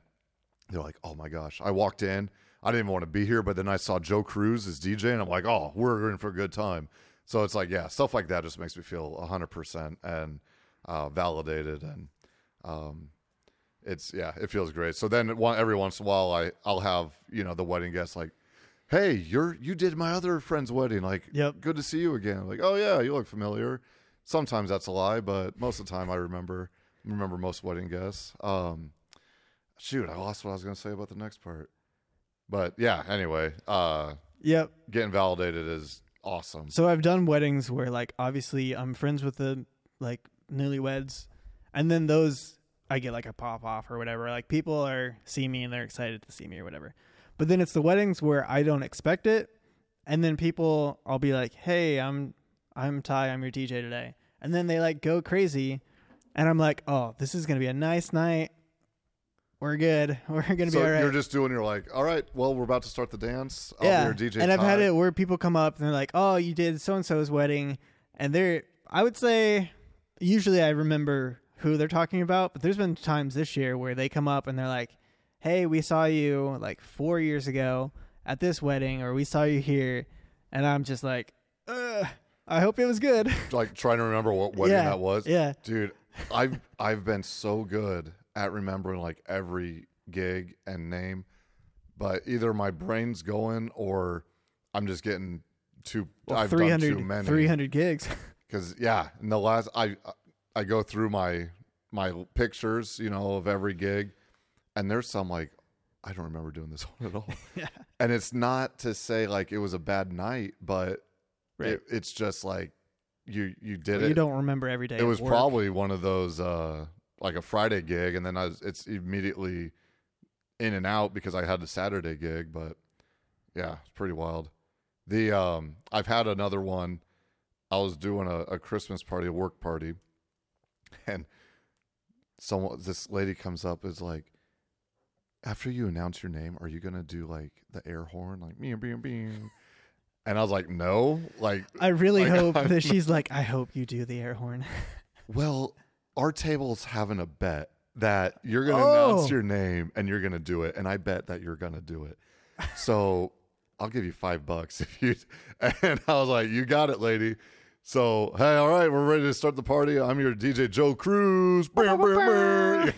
A: they're like oh my gosh i walked in i didn't even want to be here but then i saw joe cruz as dj and i'm like oh we're in for a good time so it's like yeah stuff like that just makes me feel 100% and uh, validated and um, it's yeah it feels great so then one, every once in a while i i'll have you know the wedding guests like hey you're you did my other friend's wedding like
B: Yep.
A: good to see you again like oh yeah you look familiar sometimes that's a lie but most of the time i remember remember most wedding guests um shoot i lost what i was going to say about the next part but yeah anyway uh
B: Yep.
A: getting validated is awesome
B: So I've done weddings where like obviously I'm friends with the like newlyweds and then those I get like a pop off or whatever. Like people are see me and they're excited to see me or whatever. But then it's the weddings where I don't expect it and then people I'll be like, "Hey, I'm I'm Ty, I'm your DJ today." And then they like go crazy and I'm like, "Oh, this is going to be a nice night. We're good. We're going to
A: so
B: be all right."
A: you're just doing you're like all right well we're about to start the dance I'll
B: yeah.
A: be your dj
B: and I've had
A: Ty."
B: it where people come up and they're like, "Oh, you did so and so's wedding," and they're I would say usually I remember who they're talking about, but there's been times this year where they come up and they're like, "Hey, we saw you like four years ago at this wedding, or we saw you here," and I'm just like, Ugh, "I hope it was good."
A: like trying to remember what wedding
B: Yeah,
A: that was
B: yeah.
A: dude i've i've been so good at remembering like every gig and name but either my brain's going or i'm just getting too i've done too
B: 300,
A: many
B: 300 gigs.
A: because yeah in the last i i go through my my pictures you know of every gig and there's some like I don't remember doing this one at all. And it's not to say like it was a bad night, but
B: Right.
A: it, it's just like you you did
B: you
A: it.
B: don't remember every day.
A: it
B: at
A: was
B: work.
A: probably one of those uh like a Friday gig, and then I was, it's immediately in and out because I had a Saturday gig. But yeah, it's pretty wild. The um I've had another one. I was doing a, a Christmas party, a work party, and someone this lady comes up is like after you announce your name are you gonna do like the air horn like meow, meow, meow? and i was like no like
B: I really
A: Like,
B: hope
A: I'm
B: that she's like, I hope you do the air horn.
A: Well, our table's having a bet that you're going to
B: Oh.
A: announce your name and you're going to do it. And I bet that you're going to do it. So I'll give you five bucks if you. And I was like, you got it, lady. So, hey, all right, we're ready to start the party. I'm your DJ Joe Cruz. Brr, brr, brr.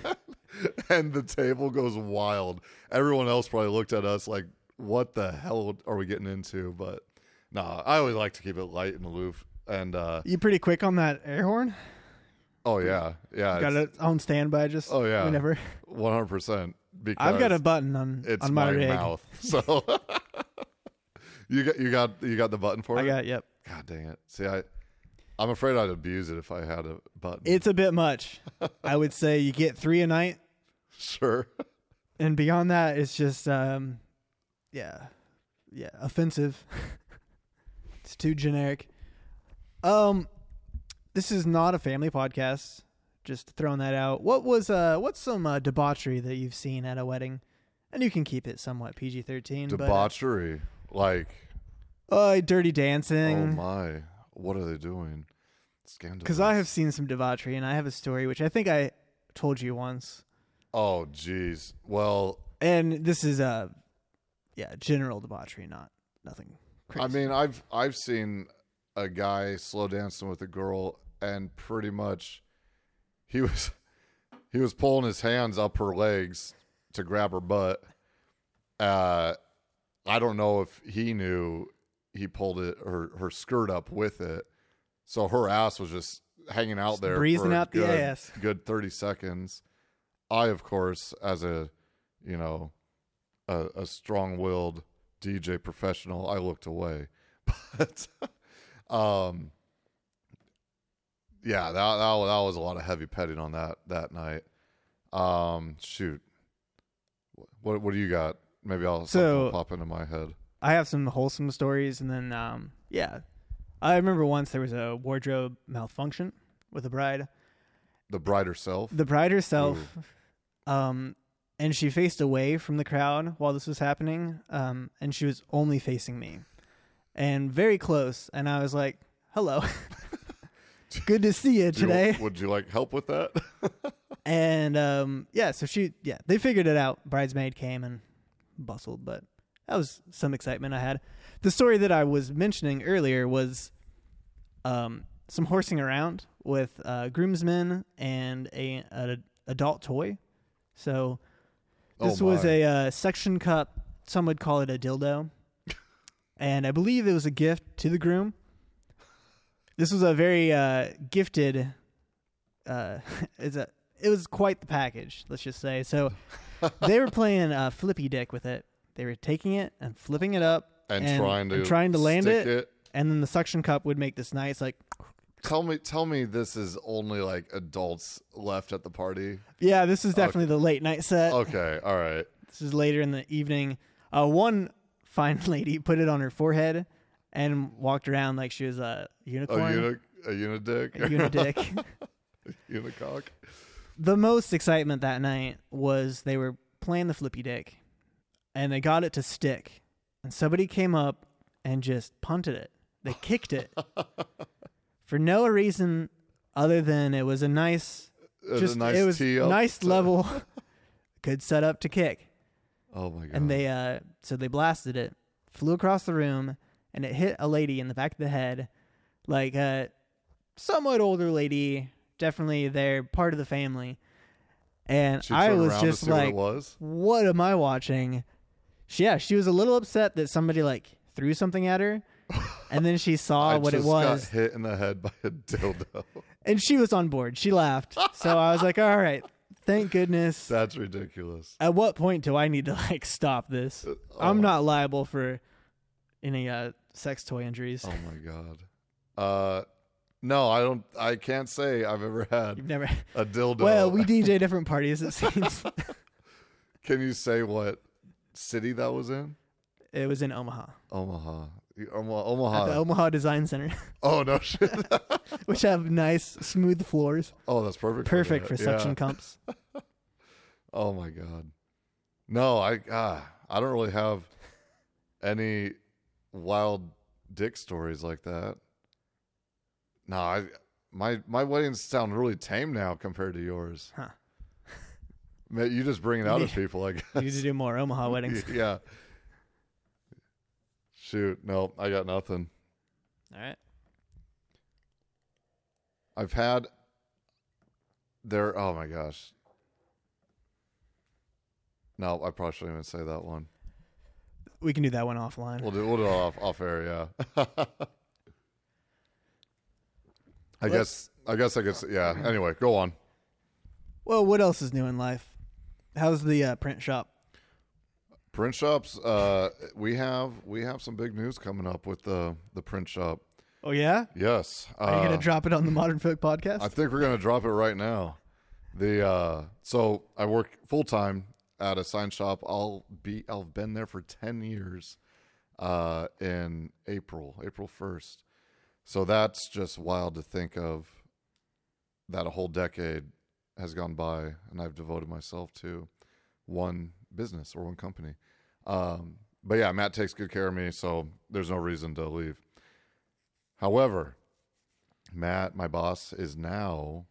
A: and the table goes wild. Everyone else probably looked at us like, what the hell are we getting into? But nah, I always like to keep it light and aloof. And uh,
B: you pretty quick on that air horn.
A: oh, yeah. Yeah.
B: Got
A: it's-
B: it on standby just
A: Oh, yeah.
B: whenever.
A: One hundred percent. Because
B: I've got a button on
A: it's
B: on my, rig.
A: mouth. So you got you got you got the button for
B: I
A: it.
B: got yep.
A: God dang it! See, I I'm afraid I'd abuse it if I had a button.
B: It's a bit much. I would say you get three a night,
A: sure.
B: and beyond that, it's just um, yeah, yeah, offensive. it's too generic. Um, this is not a family podcast. Just throwing that out. What was uh, what's some uh, debauchery that you've seen at a wedding? And you can keep it somewhat PG thirteen.
A: Debauchery, like
B: But, uh, dirty
A: oh
B: dancing.
A: my, what are they doing? Scandal.
B: Because I have seen some debauchery, and I have a story which I think I told you once.
A: Oh jeez. Well,
B: and this is uh yeah general debauchery not nothing crazy
A: I mean, I've I've seen a guy slow dancing with a girl, and pretty much he was he was pulling his hands up her legs to grab her butt. Uh, I don't know if he knew he pulled it her her skirt up with it, so her ass was just hanging out there,
B: breezing
A: for a
B: out the
A: good-
B: ass.
A: Good thirty seconds. I, of course, as a you know a, a strong-willed DJ professional, I looked away. But um yeah, that, that wa- that was a lot of heavy petting on that that night. Um shoot. What what do you got? Maybe I'll something
B: So-
A: will pop into my head.
B: i have some wholesome stories and then um yeah i remember once there was a wardrobe malfunction with a bride
A: The bride herself.
B: the bride herself um and she faced away from the crowd while this was happening um and she was only facing me and very close and i was like hello good to see you
A: Do you-
B: today
A: would you like help with that?
B: And um, yeah, so she, yeah, they figured it out. Bridesmaid came and bustled, but that was some excitement I had. The story that I was mentioning earlier was um, some horsing around with uh, groomsmen and a an adult toy. So
A: Oh
B: this was
A: my.
B: a uh, section cup. Some would call it a dildo, and I believe it was a gift to the groom. This was a very uh, gifted. Uh, it's a it was quite the package. Let's just say so. they were playing uh, flippy dick with it. They were taking it and flipping it up
A: and, trying to
B: and trying to land
A: stick
B: it, and then the suction cup would make this nice like
A: Tell me tell me this is only like adults left at the party.
B: yeah this is
A: Uh,
B: definitely the late night
A: oh,
B: set
A: Okay, all right.
B: this is later in the evening uh, one fine lady put it on her forehead and walked around like she was a
A: A
B: unicorn
A: uni a unidick.
B: a unidick
A: Unicock.
B: the most excitement that night was they were playing the flippy dick and they got it to stick and somebody came up and just punted it they kicked it for no reason other than it was a nice
A: It was
B: just
A: a nice
B: it was
A: tee up
B: nice
A: to-
B: level good setup to kick
A: Oh my god.
B: and they uh so they blasted it flew across the room and it hit a lady in the back of the head like a somewhat older lady definitely they're part of the family and
A: She
B: i
A: turned
B: was
A: around to
B: just
A: see
B: like
A: what it was.
B: what am i watching she, yeah she was a little upset that somebody like threw something at her and then she saw
A: I
B: oh, what it
A: just
B: was
A: got hit in the head by a dildo.
B: and she was on board she laughed so i was like all right Thank goodness.
A: That's ridiculous.
B: At what point do I need to like stop
A: Uh,
B: this?
A: oh.
B: I'm not liable for any uh, sex toy injuries.
A: Oh my god. Uh, no, I don't. I can't say I've ever
B: You've
A: had
B: never.
A: a dildo.
B: Well, we DJ different parties. It seems
A: Can you say what city that was in?
B: it was in Omaha,
A: Omaha. You- Oma-
B: at the
A: Omaha.
B: Omaha Design Center,
A: oh no shit.
B: which have nice smooth floors,
A: oh, that's perfect.
B: perfect for
A: that.
B: suction
A: Yeah.
B: cups.
A: Oh my god. No, I ah, I don't really have any wild dick stories like that. No, I my my weddings sound really tame now compared to yours.
B: Huh.
A: Ma- You just bring it out
B: need-
A: of people, I
B: You need to
A: guess.
B: do more Omaha weddings.
A: yeah. Shoot, no, I got nothing.
B: All right.
A: I've had there. Oh my gosh. No, I probably shouldn't even say that one.
B: We can do that one offline.
A: We'll do we'll do it off off air, yeah. I guess I guess I could say, yeah. Anyway, go on.
B: Well, what else is new in life? How's the uh, print shop?
A: Print shops, uh we have we have some big news coming up with the the print shop.
B: Oh yeah,
A: Yes. Uh,
B: are you gonna drop it on the Modern Folk podcast?
A: I think we're gonna drop it right now. The uh so I work full time at a sign shop. I'll be I've been there for ten years uh in April, April first. So that's just wild to think of that a whole decade has gone by and I've devoted myself to one business or one company. Um but yeah, Matt takes good care of me, so there's no reason to leave. However, Matt, my boss, is now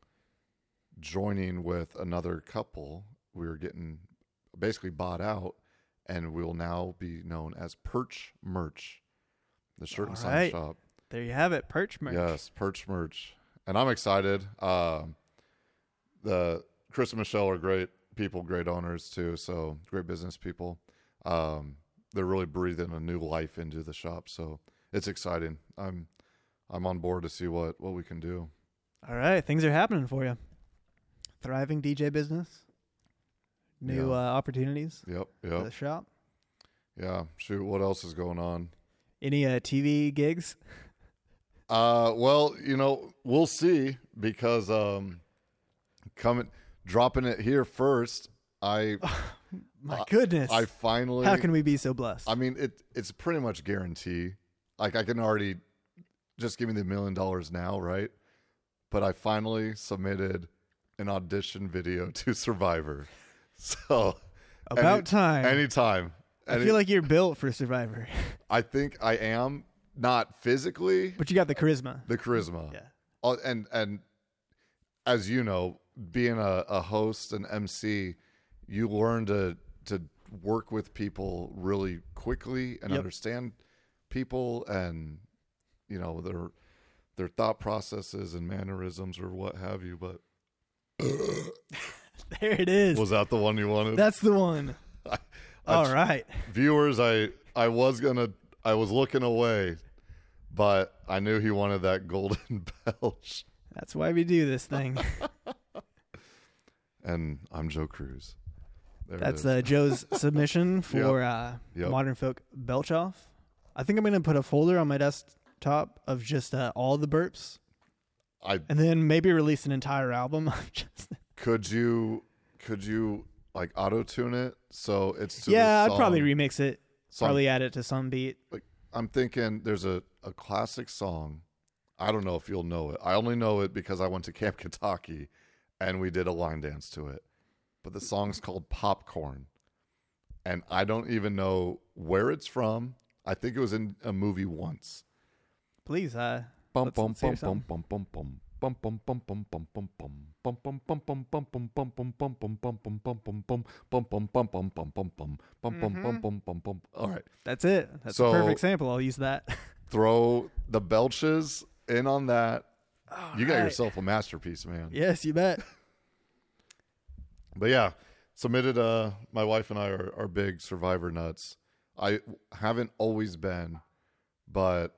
A: joining with another couple. We were getting basically bought out, and we will now be known as Perch Merch, the shirt and
B: All
A: sign
B: right.
A: shop.
B: there you have it, perch merch.
A: Yes, Perch Merch, and I'm excited. Um, the Chris and Michelle are great people, great owners too, so great business people. Um, they're really breathing a new life into the shop, so it's exciting. I'm I'm on board to see what what we can do.
B: All right, things are happening for you. Thriving DJ business, new
A: Yeah.
B: uh, opportunities
A: Yep,
B: for the
A: yep,
B: shop.
A: yeah. Shoot, what else is going on?
B: Any uh, TV gigs?
A: Uh, well, you know, we'll see because um, coming dropping it here first. I
B: My
A: Uh,
B: goodness,
A: I finally.
B: how can we be so blessed?
A: I mean, it it's pretty much guarantee. Like I can already just give me the million dollars now, right? But I finally submitted an audition video to Survivor. So
B: About time.
A: Anytime.
B: I feel like you're built for Survivor,
A: I think I am not physically
B: but you got the charisma.
A: the charisma.
B: Yeah.
A: Uh, and and as you know, being a, a host and MC, you learn to to work with people really quickly and
B: Yep.
A: understand people and you know their their thought processes and mannerisms or what have you. But
B: There it is.
A: was that the one you wanted?
B: That's the one. All right.
A: Viewers, I I was gonna I was looking away, but I knew he wanted that golden belch.
B: That's why we do this thing.
A: And I'm Joe Cruz. There it
B: That's
A: is.
B: uh, Joe's submission for uh,
A: Yep.
B: Modern Folk Belch Off. I think I'm going to put a folder on my desktop of just uh, all the burps
A: I
B: and then maybe release an entire album of just.
A: could you could you like auto tune it so it's to the
B: yeah, I'd
A: song?
B: probably remix it.
A: Song.
B: Probably add it to some beat.
A: like I'm thinking there's a a classic song. I don't know if you'll know it. I only know it because I went to Camp Kentucky and we did a line dance to it. But the song's called Popcorn. And I don't even know where it's from. I think it was in a movie once.
B: Please. Uh,
C: Bum
B: let's-
C: bum
B: let's hear
C: bum
B: something.
C: bum bum bum bum. Bum bum bum bum bum bum bum. Bum bum bum bum bum bum bum bum bum bum bum bum bum bum bum. Bum bum bum bum bum bum bum. Bum bum bum bum bum bum.
A: All right.
B: That's it. That's a
A: So-
B: perfect sample. I'll use that.
A: Throw the belches in on that. you got
B: right.
A: yourself a masterpiece, man.
B: yes, you bet.
A: But yeah, submitted. Uh, my wife and I are, are big Survivor nuts. I haven't always been, but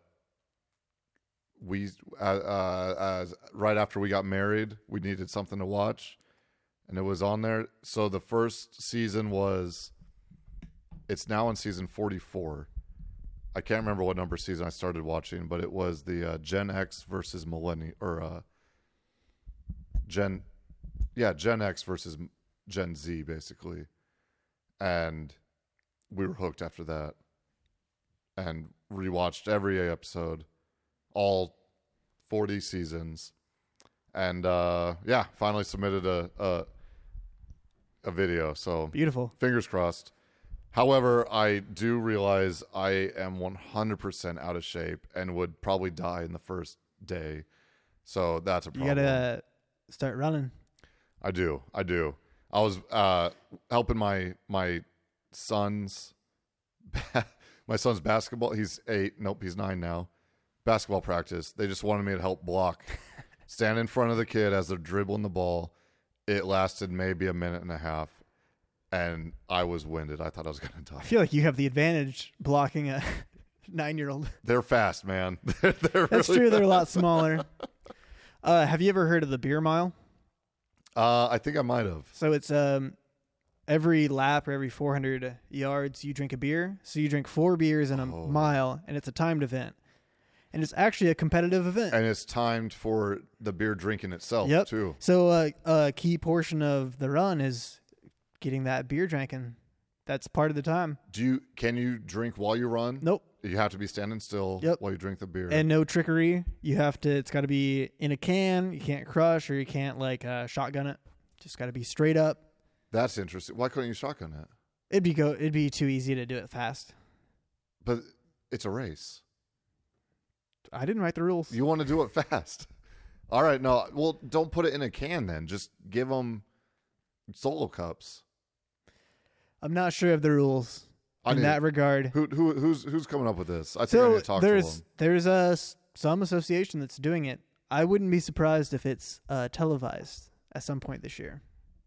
A: we uh, uh, as right after we got married, we needed something to watch, and it was on there. So the first season was. It's now in season forty-four. I can't remember what number season I started watching, but it was the uh, Gen X versus Millennial or uh, Gen, yeah, Gen X versus Gen Z basically, and we were hooked after that, and rewatched every episode, all forty seasons, and uh, yeah, finally submitted a, a a video. So
B: Beautiful.
A: fingers crossed. However, I do realize I am 100% out of shape and would probably die in the first day. So that's a
B: You
A: problem.
B: gotta start running.
A: I do. I do. I was uh, helping my my son's my son's basketball. He's eight. Nope, he's nine now. Basketball practice. They just wanted me to help block, stand in front of the kid as they're dribbling the ball. It lasted maybe a minute and a half, and I was winded. I thought I was gonna die.
B: I feel like you have the advantage blocking a nine-year-old.
A: They're fast, man. they're, they're
B: That's
A: really
B: true. They're a lot smaller. Uh, have you ever heard of the beer mile?
A: Uh, I think I might have.
B: So it's um, every lap or every 400 yards you drink a beer. So you drink four beers in a mile, and it's a timed event, and it's actually a competitive event.
A: And it's timed for the beer drinking itself
B: yep.
A: too.
B: So uh, a key portion of the run is getting that beer drinking. That's part of the time.
A: Do you can you drink while you run?
B: Nope.
A: You have to be standing still
B: Yep.
A: while you drink the beer.
B: And no trickery. You have to. It's got to be in a can. You can't crush or you can't like uh, shotgun it. Just got to be straight up.
A: That's interesting. Why couldn't you shotgun it?
B: It'd be go. It'd be too easy to do it fast.
A: But it's a race.
B: I didn't write the rules.
A: You want to do it fast. All right, no. Well, don't put it in a can then. Just give them solo cups.
B: I'm not sure of the rules
A: I
B: in
A: need-
B: that regard.
A: Who who who's who's coming up with this? I think I need
B: So
A: to talk to
B: there's
A: them.
B: there's a s- some association that's doing it. I wouldn't be surprised if it's uh, televised at some point this year.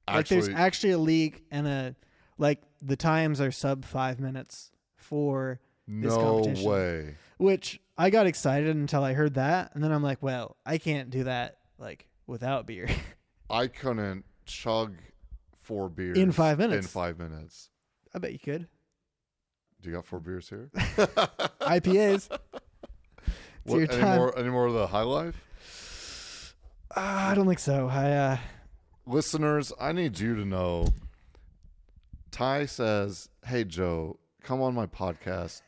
B: like there's
A: Actually,
B: actually a league and a like the times are sub five minutes for this
A: no
B: competition.
A: way.
B: Which I got excited until I heard that, and then I'm like, well, I can't do that like without beer.
A: I couldn't chug four beers
B: In five minutes.
A: In five minutes.
B: I bet you could
A: Do you got four beers here?
B: IPAs. It's your
A: any
B: time.
A: more? Any more of the high life?
B: Ah, I don't think so. I uh,
A: listeners, I need you to know. Ty says, "Hey Joe, come on my podcast.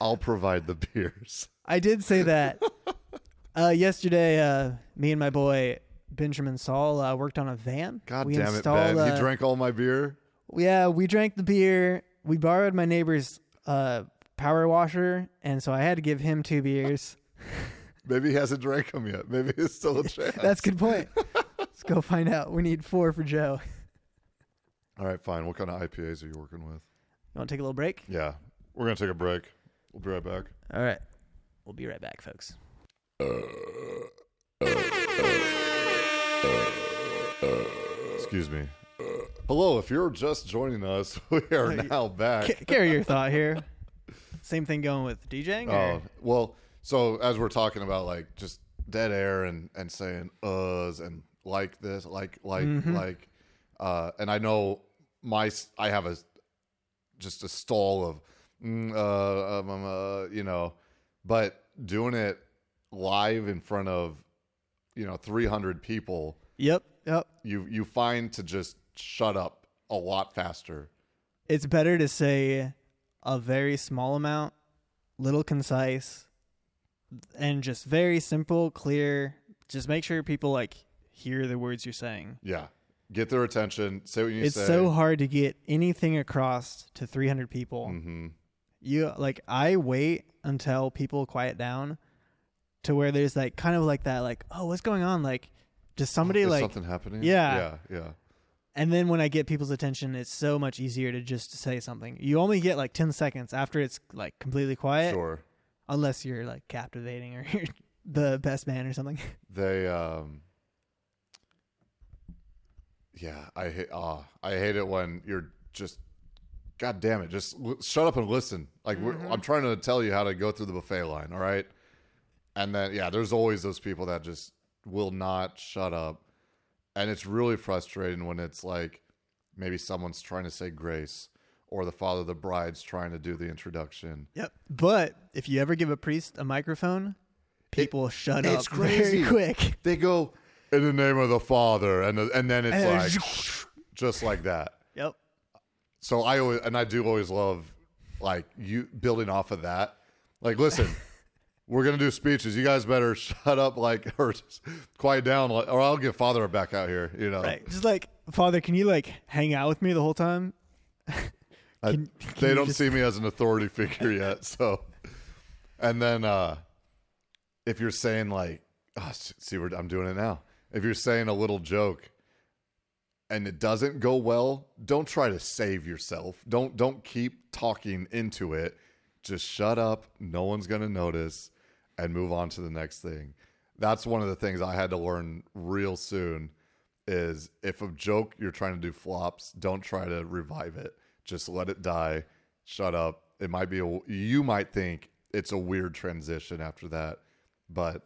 A: I'll provide the beers."
B: I did say that. uh, yesterday, uh, me and my boy Benjamin Saul uh, worked on a van.
A: God
B: we
A: damn it,
B: installed,
A: Ben!
B: uh,
A: he drank all my beer.
B: Yeah, we drank the beer. We borrowed my neighbor's uh, power washer, and so I had to give him two beers.
A: Maybe he hasn't drank them yet. Maybe it's still a chance.
B: That's a good point. Let's go find out. We need four for Joe.
A: all right, fine. What kind of IPAs are you working with?
B: You want to take a little break?
A: Yeah, we're gonna take a break. We'll be right back.
B: All right. We'll be right back, folks.
A: Excuse me. Hello, if you're just joining us, we are now back.
B: C- carry your thought here. Same thing going with DJing?
A: Oh
B: or-
A: well, so as we're talking about like just dead air and and saying uhs and like this, like like like, uh, and I know my s- I have a just a stall of mm, uh, um, um, uh, you know, but doing it live in front of you know 300 people,
B: Yep. Yep.
A: you you find to just shut up a lot faster.
B: It's better to say a very small amount, little concise, and just very simple, clear. Just make sure people like hear the words you're saying.
A: Yeah, get their attention. Say what you need
B: It's
A: to say.
B: so hard to get anything across to 300 people.
A: Mhm.
B: You like I wait until people quiet down to where there's like kind of like that like oh what's going on like does somebody
A: Is
B: like
A: something happening?
B: Yeah.
A: yeah, yeah.
B: and then when I get people's attention it's so much easier to just say something. You only get like 10 seconds after it's like completely quiet.
A: Sure.
B: unless you're like captivating or you're the best man or something.
A: They um Yeah, I hate ah, I hate it when you're just god damn it, just l- shut up and listen. Like we're, I'm trying to tell you how to go through the buffet line, all right? And then yeah, there's always those people that just will not shut up. And it's really frustrating when it's like maybe someone's trying to say grace or the father of the bride's trying to do the introduction.
B: Yep. But if you ever give a priest a microphone, people shut
A: it's
B: up
A: crazy.
B: very quick.
A: They go in the name of the father and and then it's
B: And-
A: like just like that.
B: Yep.
A: So I always and I do always love like you building off of that. Like, listen, we're gonna do speeches. You guys better shut up, like or just quiet down, like, or I'll get father back out here. You know,
B: Right. Just like, Father, can you like hang out with me the whole time?
A: I-
B: Can- can
A: they
B: you
A: don't
B: just-
A: see me as an authority figure yet. So, and then uh if you're saying like, oh, s- see, we're, I'm doing it now. If you're saying a little joke and it doesn't go well, don't try to save yourself. Don't don't keep talking into it. Just shut up. No one's gonna notice, and move on to the next thing. That's one of the things I had to learn real soon. Is if a joke you're trying to do flops, don't try to revive it. Just let it die. Shut up. It might be a, you might think it's a weird transition after that, but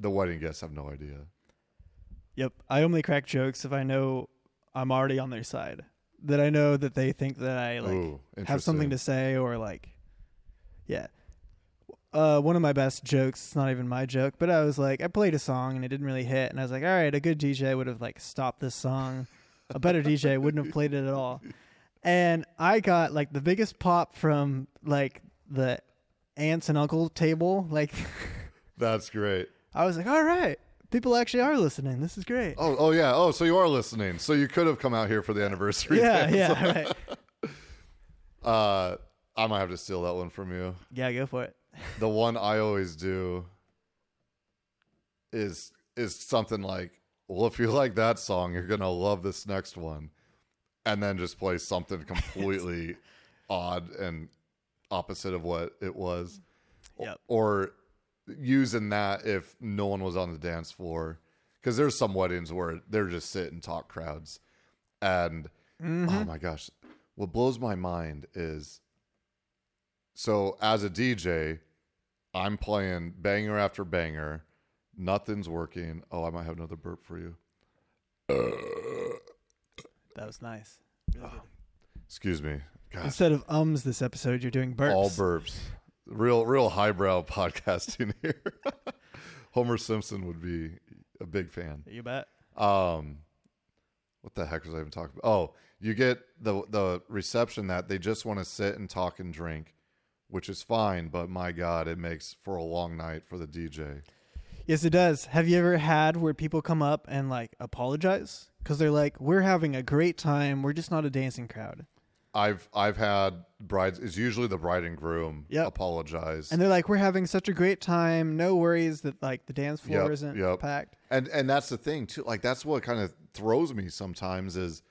A: the wedding guests have no idea.
B: Yep. I only crack jokes if I know I'm already on their side. That I know that they think that I like
A: Ooh,
B: have something
A: interesting.
B: to say or like yeah uh, one of my best jokes it's not even my joke but i was like i played a song and it didn't really hit and i was like all right a good dj would have like stopped this song a better dj wouldn't have played it at all and i got like the biggest pop from like the aunts and uncle table like
A: That's great.
B: i was like all right people actually are listening this is great
A: Oh, oh yeah. Oh, so you are listening. So you could have come out here for the anniversary.
B: yeah
A: dance.
B: yeah right
A: Uh, I might have to steal that one from you.
B: yeah go for it
A: The one I always do is is something like, "Well, if you like that song, you're gonna love this next one," and then just play something completely odd and opposite of what it was.
B: Yep.
A: Or using that if no one was on the dance floor, because there's some weddings where they're just sit and talk crowds, and oh my gosh, what blows my mind is so as a DJ, I'm playing banger after banger. Nothing's working. Oh, I might have another burp for you.
B: that was nice
A: Excuse me. Oh, God,
B: instead of ums this episode you're doing burps
A: all burps. Real, real highbrow podcasting here. Homer Simpson would be a big fan.
B: you bet
A: um what the heck was I even talking about? Oh, you get the the reception that they just want to sit and talk and drink, which is fine, but my god, it makes for a long night for the DJ.
B: Yes, it does. Have you ever had where people come up and like apologize because they're like, "We're having a great time. We're just not a dancing crowd,"
A: I've I've had brides it's usually the bride and groom
B: Yep.
A: apologize.
B: and they're like, "We're having such a great time. No worries that like the dance floor
A: Yep,
B: isn't
A: yep.
B: packed."
A: and and that's the thing too like that's what kind of throws me sometimes is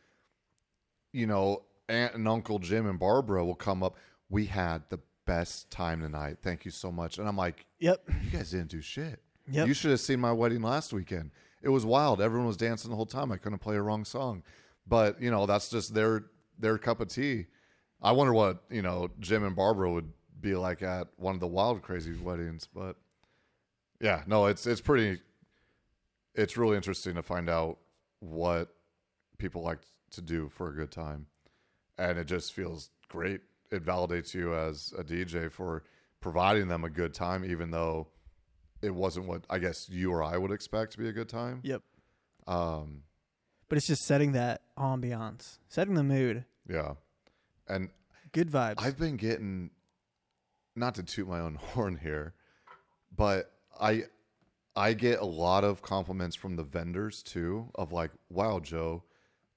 A: you know aunt and uncle jim and barbara will come up we had the best time tonight thank you so much and i'm like
B: Yep.
A: you guys didn't do shit
B: Yep.
A: you should have seen my wedding last weekend it was wild everyone was dancing the whole time i couldn't play a wrong song but you know that's just their their cup of tea i wonder what you know jim and barbara would be like at one of the wild crazy weddings but yeah no it's it's pretty it's really interesting to find out what people like to do for a good time and it just feels great it validates you as a dj for providing them a good time even though it wasn't what i guess you or i would expect to be a good time
B: Yep.
A: um
B: But it's just setting that ambiance, setting the mood,
A: yeah and
B: good vibes.
A: I've been getting, not to toot my own horn here, but I, I get a lot of compliments from the vendors too of like, wow, Joe,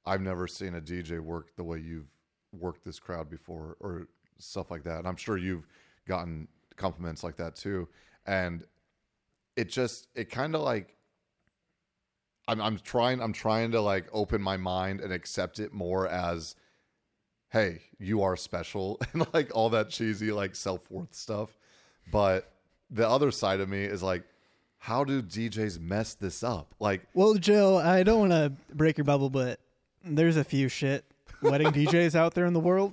A: I've never seen a DJ work the way you've worked this crowd before, or stuff like that. And I'm sure you've gotten compliments like that too. And it just, it kind of like I'm I'm trying I'm trying to like open my mind and accept it more as hey, you are special and like all that cheesy like self-worth stuff. But the other side of me is like how do DJs mess this up? Like
B: well, Joe, I don't want to break your bubble, but there's a few shit wedding DJs out there in the world.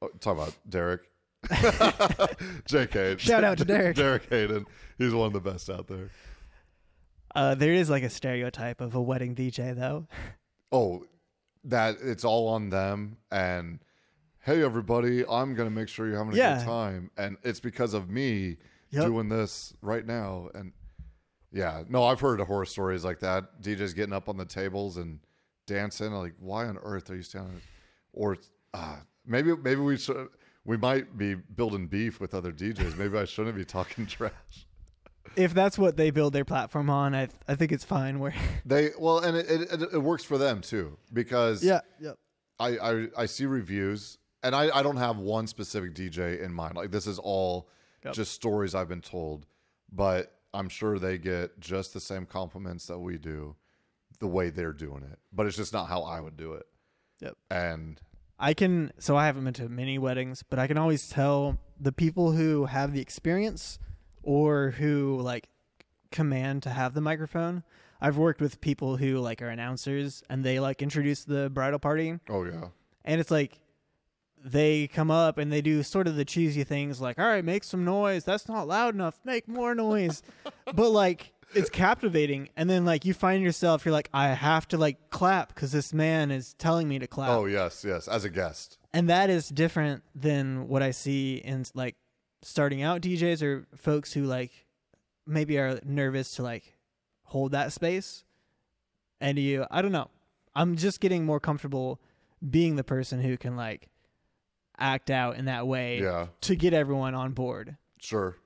A: oh, talk about Derek JK.
B: Shout out to Derek.
A: Derek Hayden. He's one of the best out there.
B: Uh, there is like a stereotype of a wedding DJ though.
A: Oh, that it's all on them. And hey, everybody, I'm gonna make sure you're having a
B: Yeah.
A: good time. And it's because of me
B: Yep.
A: doing this right now. And yeah, no, I've heard horror stories like that. DJs getting up on the tables and dancing. Like, why on earth are you standing? Or uh, maybe maybe we should. We might be building beef with other DJs. Maybe I shouldn't be talking trash.
B: If that's what they build their platform on, I I think it's fine. Where
A: They well, and it, it, it works for them too because
B: yep.
A: I, I I see reviews, and I I don't have one specific DJ in mind. Like this is all
B: Yep.
A: just stories I've been told, but I'm sure they get just the same compliments that we do, the way they're doing it. But it's just not how I would do it.
B: Yep.
A: And
B: I can so I haven't been to many weddings, but I can always tell the people who have the experience or who like command to have the microphone. I've worked with people who like are announcers and they like introduce the bridal party
A: oh yeah,
B: and it's like they come up and they do sort of the cheesy things like all right make some noise that's not loud enough make more noise but like it's captivating and then like you find yourself you're like i have to like clap because this man is telling me to clap
A: oh yes, yes. As a guest,
B: and that is different than what I see in like starting out DJs or folks who like maybe are nervous to like hold that space. And you, I don't know. I'm just getting more comfortable being the person who can like act out in that way
A: Yeah.
B: to get everyone on board.
A: sure.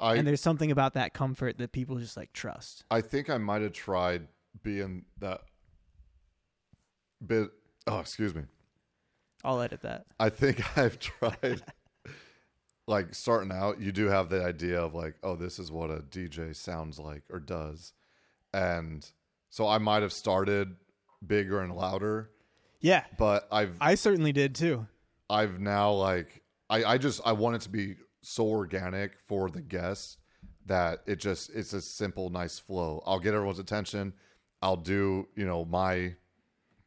A: I
B: and there's something about that comfort that people just like trust.
A: I think I might have tried being that bit. Oh, excuse me.
B: I'll edit that.
A: I think I've tried like starting out, you do have the idea of like, oh, this is what a DJ sounds like or does. And so I might have started bigger and louder,
B: Yeah.
A: but I've
B: I certainly did too.
A: I've now like I, I just I want it to be so organic for the guests that it just it's a simple, nice flow. I'll get everyone's attention. I'll do, you know, my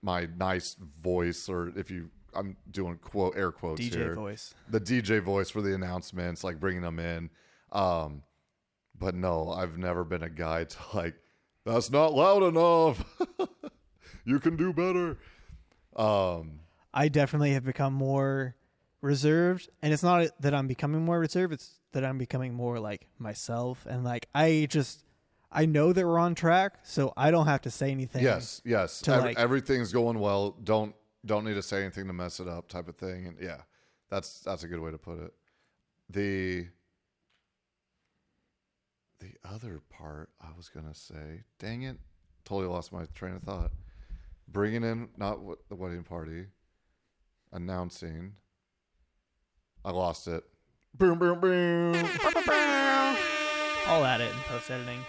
A: my nice voice or if you I'm doing quote air quotes
B: DJ
A: here
B: voice.
A: the DJ voice for the announcements, like bringing them in. Um, but no, I've never been a guy to like, that's not loud enough. you can do better. Um,
B: I definitely have become more reserved, and it's not that I'm becoming more reserved; it's that I'm becoming more like myself, and like I just I know that we're on track, so I don't have to say anything.
A: yes, yes.
B: To,
A: Ev-
B: like-
A: everything's going well. Don't don't need to say anything to mess it up, type of thing. And yeah, that's that's a good way to put it. The the other part I was gonna say, dang it, totally lost my train of thought. Bringing in not w- the wedding party, announcing. I lost it. Boom, boom, boom.
B: I'll add it in post editing.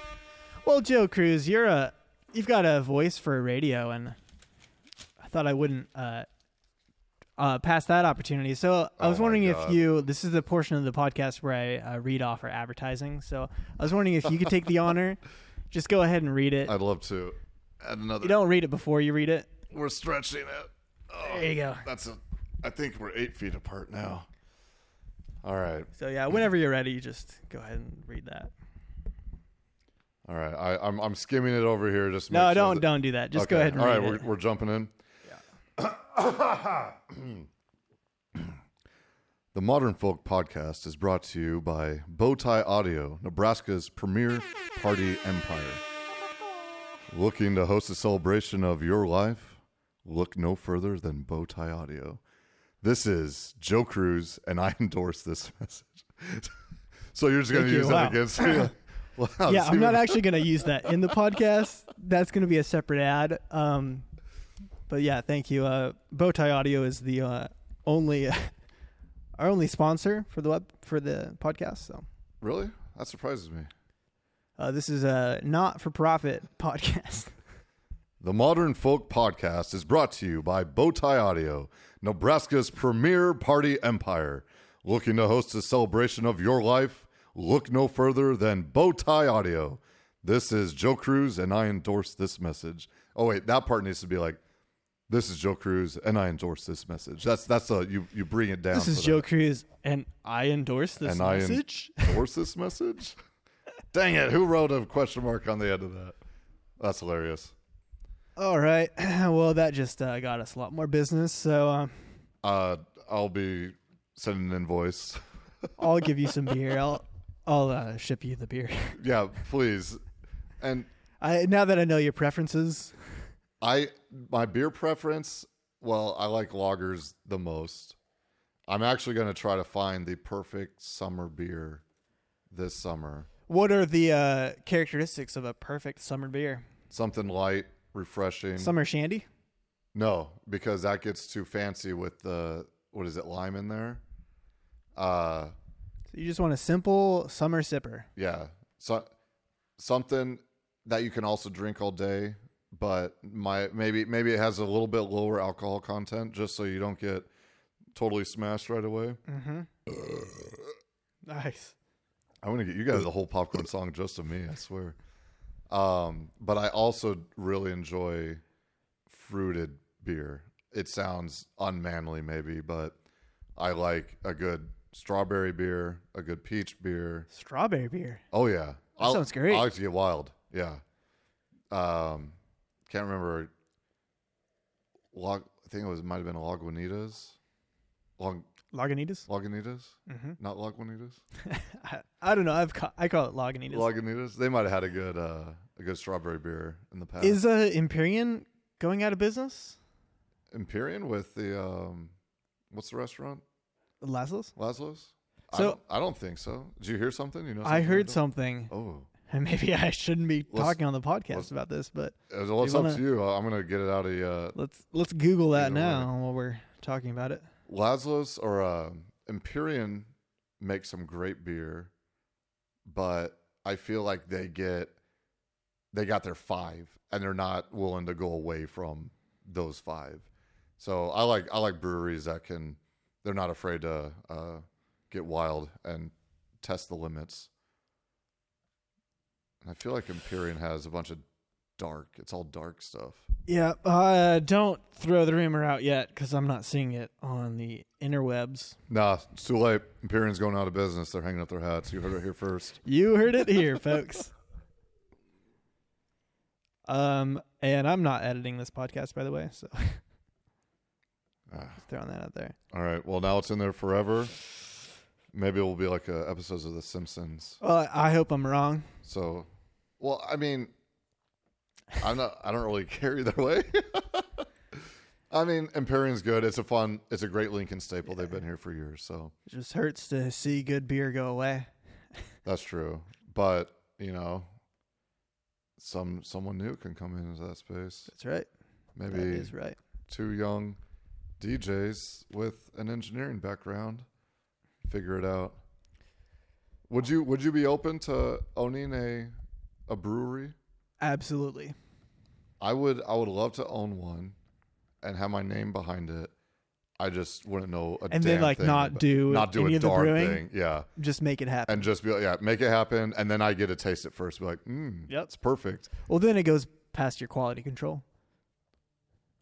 B: Well, Joe Cruz, you're a you've got a voice for radio, and I thought I wouldn't uh, uh, pass that opportunity. So I
A: Oh
B: was
A: my
B: wondering if
A: God.
B: you this is the portion of the podcast where I uh, read off our advertising. So I was wondering if you could take the honor, just go ahead and read it.
A: I'd love to add another.
B: You don't read it before you read it.
A: We're stretching it. Oh,
B: There you go.
A: That's a. I think we're eight feet apart now. All right,
B: So yeah, whenever you're ready, you just go ahead and read that.
A: all right. I, I'm I'm skimming it over here. Just to
B: No,
A: make sure
B: don't
A: that-
B: don't do that. Just
A: Okay,
B: go ahead and
A: all
B: read
A: right,
B: it.
A: We're, we're jumping in. the Modern Folk Podcast is brought to you by Bowtie Audio, Nebraska's premier party empire. Looking to host a celebration of your life? Look no further than Bowtie Audio. This is Joe Cruz, and I endorse this message. so you're just going to
B: Thank you.
A: use that against
B: Wow.
A: me? Wow,
B: yeah,
A: it's
B: I'm not
A: even-
B: actually gonna use that in the podcast. That's gonna be a separate ad. Um, but yeah, thank you. Uh, Bowtie Audio is the uh, only our only sponsor for the web for the podcast. So
A: Really? That surprises me.
B: uh, this is a not for profit podcast.
A: The Modern Folk Podcast is brought to you by Bowtie Audio, Nebraska's premier party empire. Looking to host a celebration of your life? Look no further than Bowtie Audio. This is Joe Cruz, and I endorse this message. Oh wait, that part needs to be like, "This is Joe Cruz, and I endorse this message." That's that's a you you bring it down.
B: this is
A: for
B: Joe
A: that.
B: Cruz, and I endorse this
A: And I en-
B: message.
A: endorse this message. Dang it! Who wrote a question mark on the end of that? That's hilarious.
B: All right. Well, that just uh, got us a lot more business. So um,
A: Uh, I'll be sending an invoice.
B: I'll give you some beer. I'll I'll uh, ship you the beer.
A: yeah, please. And
B: I now that I know your preferences.
A: I my beer preference, well, I like lagers the most. I'm actually going to try to find the perfect summer beer this summer.
B: What are the uh, characteristics of a perfect summer beer?
A: Something light, refreshing.
B: Summer shandy.
A: No, because that gets too fancy with the what is it, lime in there? Uh
B: So you just want a simple summer sipper.
A: yeah. So something that you can also drink all day, but my maybe maybe it has a little bit lower alcohol content just so you don't get totally smashed right away.
B: Nice.
A: I'm gonna get you guys the whole popcorn song just to me, I swear. Um, but I also really enjoy fruited beer. It sounds unmanly, maybe, but I like a good strawberry beer, a good peach beer.
B: Strawberry beer.
A: Oh yeah, that
B: sounds great.
A: I like to get wild. Yeah. Um, can't remember. Log, I think it was might have been Lagunitas. Long
B: Lagunitas.
A: Lagunitas,
B: Mm-hmm.
A: not Lagunitas.
B: I, I don't know. I've ca- I call it Lagunitas.
A: Lagunitas. They might have had a good uh, a good strawberry beer in the past.
B: Is uh, Empyrean going out of business?
A: Empyrean with the um, what's the restaurant?
B: Laszlo's.
A: Laszlo's. I
B: So-
A: don't, I don't think so. Did you hear something? You know,
B: I
A: something
B: heard
A: about
B: something,
A: that? Oh,
B: and maybe I shouldn't be
A: Let's-
B: talking on the
A: let's-
B: podcast about this, but
A: Uh, well, it's
B: You
A: up
B: wanna-
A: to you. I'm gonna get it out of uh,
B: let's let's Google that
A: Either
B: now while we're talking about it.
A: Laszlo's or uh, Empyrean make some great beer, but I feel like they get they got their five, and they're not willing to go away from those five. So I like I like breweries that can they're not afraid to uh, get wild and test the limits. And I feel like Empyrean has a bunch of dark. It's all dark stuff.
B: Yeah, uh, don't throw the rumor out yet because I'm not seeing it on the interwebs.
A: Nah, it's too late. Empyrean's going out of business. They're hanging up their hats. You heard it here first.
B: You heard it here, folks. Um, and I'm not editing this podcast, by the way, so
A: Ah.
B: just throwing that out there.
A: All right. Well, now it's in there forever. Maybe it will be like uh, episodes of The Simpsons.
B: Well, I I hope I'm wrong.
A: So, well, I mean, I'm not. I don't really care either way. I mean, Empyrean's good. It's a fun. It's a great Lincoln staple. They've been here for years, so
B: It just hurts to see good beer go away.
A: that's true. But you know, some someone new can come into that space.
B: That's right.
A: Maybe
B: That is right.
A: two young DJs with an engineering background figure it out. Would you would you be open to owning a a brewery?
B: Absolutely.
A: I would I would love to own one and have my name behind it. I just wouldn't know a
B: And then,
A: damn
B: like,
A: thing
B: not
A: about-
B: do
A: not do
B: any
A: a
B: of the
A: darn
B: brewing?
A: thing. Yeah.
B: Just make it happen.
A: And just be like, yeah, make it happen and then I get to taste it first. Be like, mm,
B: Yep.
A: it's perfect.
B: well, then it goes past your quality control.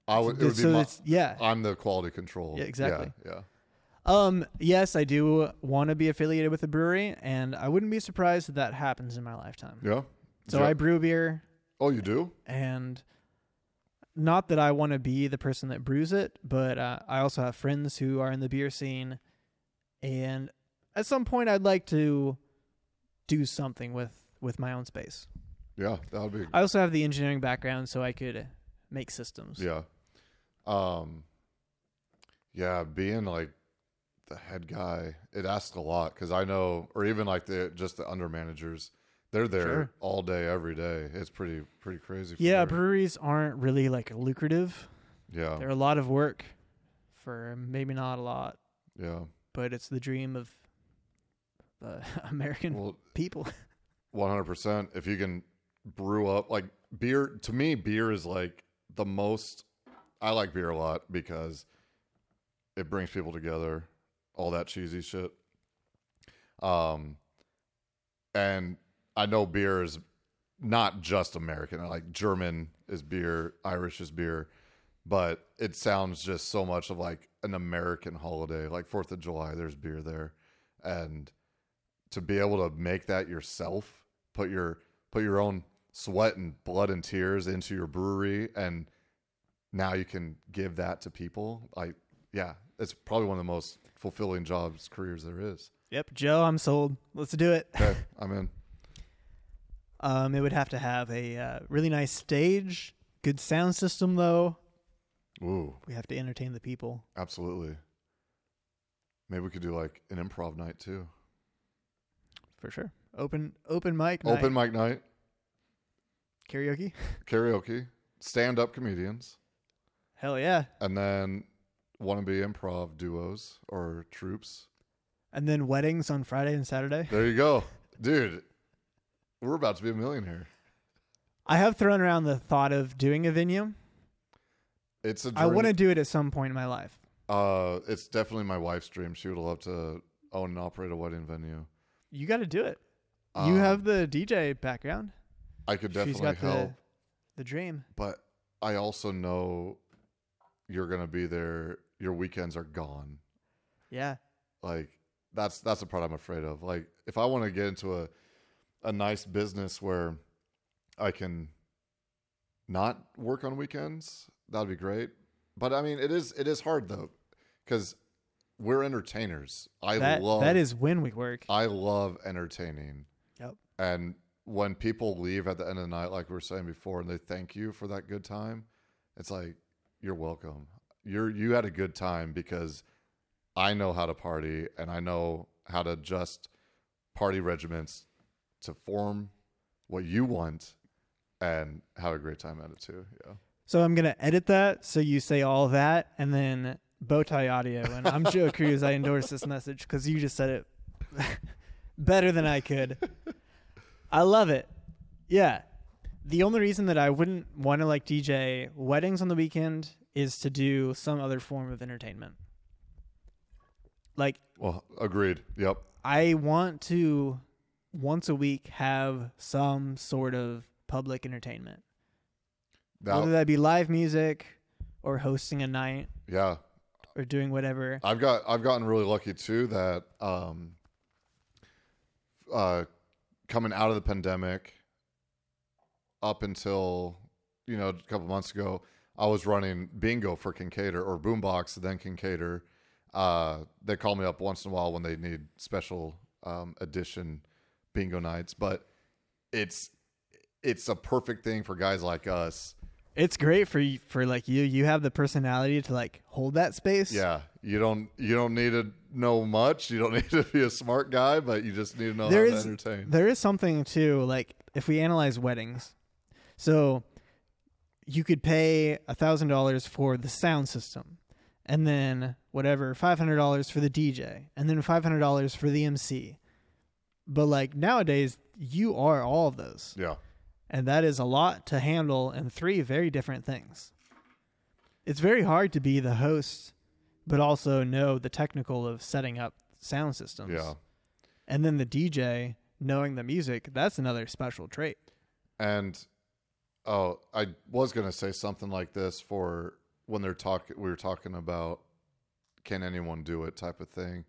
A: I would Oh, it would be Oh.
B: so
A: my,
B: it's yeah.
A: I'm the quality control.
B: Yeah, exactly.
A: Yeah. yeah.
B: Um, yes, I do want to be affiliated with a brewery, and I wouldn't be surprised if that happens in my lifetime.
A: Yeah.
B: So
A: Yeah.
B: I brew beer,
A: Oh, you do?
B: and not that I want to be the person that brews it, but uh, I also have friends who are in the beer scene, and at some point, I'd like to do something with with my own space.
A: Yeah, that would be
B: I also have the engineering background, so I could make systems.
A: Yeah. Um yeah, being like the head guy, it asks a lot cuz I know or even like the just the under managers, they're there
B: Sure.
A: all day every day. It's pretty pretty crazy. for
B: Yeah,
A: their-
B: breweries aren't really like lucrative.
A: yeah.
B: They're a lot of work for maybe not a lot.
A: Yeah.
B: but it's the dream of the American
A: Well,
B: people.
A: 100% if you can brew up like beer to me beer is like the most I like beer a lot because it brings people together, all that cheesy shit. Um, and I know beer is not just American. Like German is beer, Irish is beer, but it sounds just so much of like an American holiday, like Fourth of July. There's beer there, and to be able to make that yourself, put your put your own sweat and blood and tears into your brewery and now you can give that to people i yeah it's probably one of the most fulfilling jobs careers there is
B: Yep, Joe, I'm sold. Let's do it.
A: okay i'm in
B: Um, it would have to have a uh, really nice stage, good sound system, though.
A: ooh
B: We have to entertain the people.
A: absolutely maybe we could do like an improv night too
B: For sure. Open open mic night.
A: open mic night
B: karaoke.
A: karaoke stand-up comedians
B: Hell yeah.
A: and then want to be improv duos or troops
B: And then weddings on Friday and Saturday.
A: there you go dude we're about to be a millionaire
B: I have thrown around the thought of doing a venue.
A: it's a
B: I
A: dream.
B: want to do it at some point in my life.
A: Uh, it's definitely my wife's dream. She would love to own and operate a wedding venue. Um,
B: You got to do it. you have the DJ background.
A: I could
B: She's
A: definitely
B: got
A: help,
B: the the dream.
A: but I also know you're gonna be there. Your weekends are gone.
B: Yeah.
A: Like that's that's the part I'm afraid of. Like if I want to get into a a nice business where I can not work on weekends, that'd be great. But I mean, it is it is hard though, because we're entertainers. I
B: that
A: love
B: that is when we work.
A: I love entertaining.
B: Yep.
A: And when people leave at the end of the night, like we were saying before, and they thank you for that good time, it's like you're welcome. You're you had a good time because I know how to party and I know how to adjust party regiments to form what you want and have a great time at it too. Yeah.
B: So I'm gonna edit that so you say all that and then bow tie audio. And I'm Joe Cruz. I endorse this message because you just said it better than I could. I love it. Yeah. The only reason that I wouldn't want to like DJ weddings on the weekend is to do some other form of entertainment. Like
A: Well, agreed. Yep.
B: I want to once a week have some sort of public entertainment.
A: That,
B: Whether that be live music or hosting a night
A: yeah.
B: or doing whatever.
A: I've got I've gotten really lucky too that um uh coming out of the pandemic up until you know a couple months ago I was running bingo for Kincaidor or Boombox then Kincaidor. Uh they call me up once in a while when they need special um edition bingo nights but it's it's a perfect thing for guys like us.
B: It's great for you, for like you. You have the personality to like hold that space.
A: Yeah, you don't you don't need to know much. You don't need to be a smart guy, but you just need to know
B: There
A: how
B: is
A: to entertain.
B: there is something too. Like if we analyze weddings, so you could pay a thousand dollars for the sound system, and then whatever five hundred dollars for the DJ, and then five hundred dollars for the MC. But like nowadays, you are all of those,
A: yeah,
B: and that is a lot to handle in three very different things. It's very hard to be the host, but also know the technical of setting up sound systems.
A: yeah.
B: And then the DJ knowing the music, that's another special trait.
A: And oh, I was gonna say something like this for when they're talking. We were talking about can anyone do it type of thing,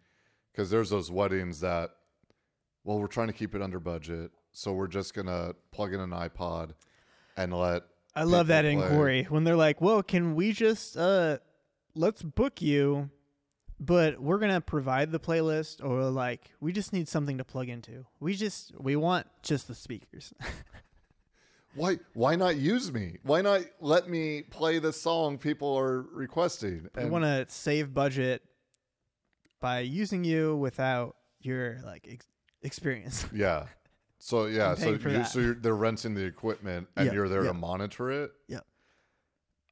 A: because there's those weddings that, well, we're trying to keep it under budget, so we're just gonna plug in an iPod and let.
B: I love that
A: people play.
B: inquiry when they're like, "Well, can we just uh let's book you, but we're going to provide the playlist or like we just need something to plug into. We just we want just the speakers."
A: why why not use me? Why not let me play the song people are requesting?
B: we want to save budget by using you without your like ex- experience.
A: yeah. So yeah,
B: I'm
A: so
B: paying for
A: you
B: that.
A: so you're, they're renting the equipment and
B: Yeah,
A: you're there
B: yeah.
A: to monitor it.
B: Yeah.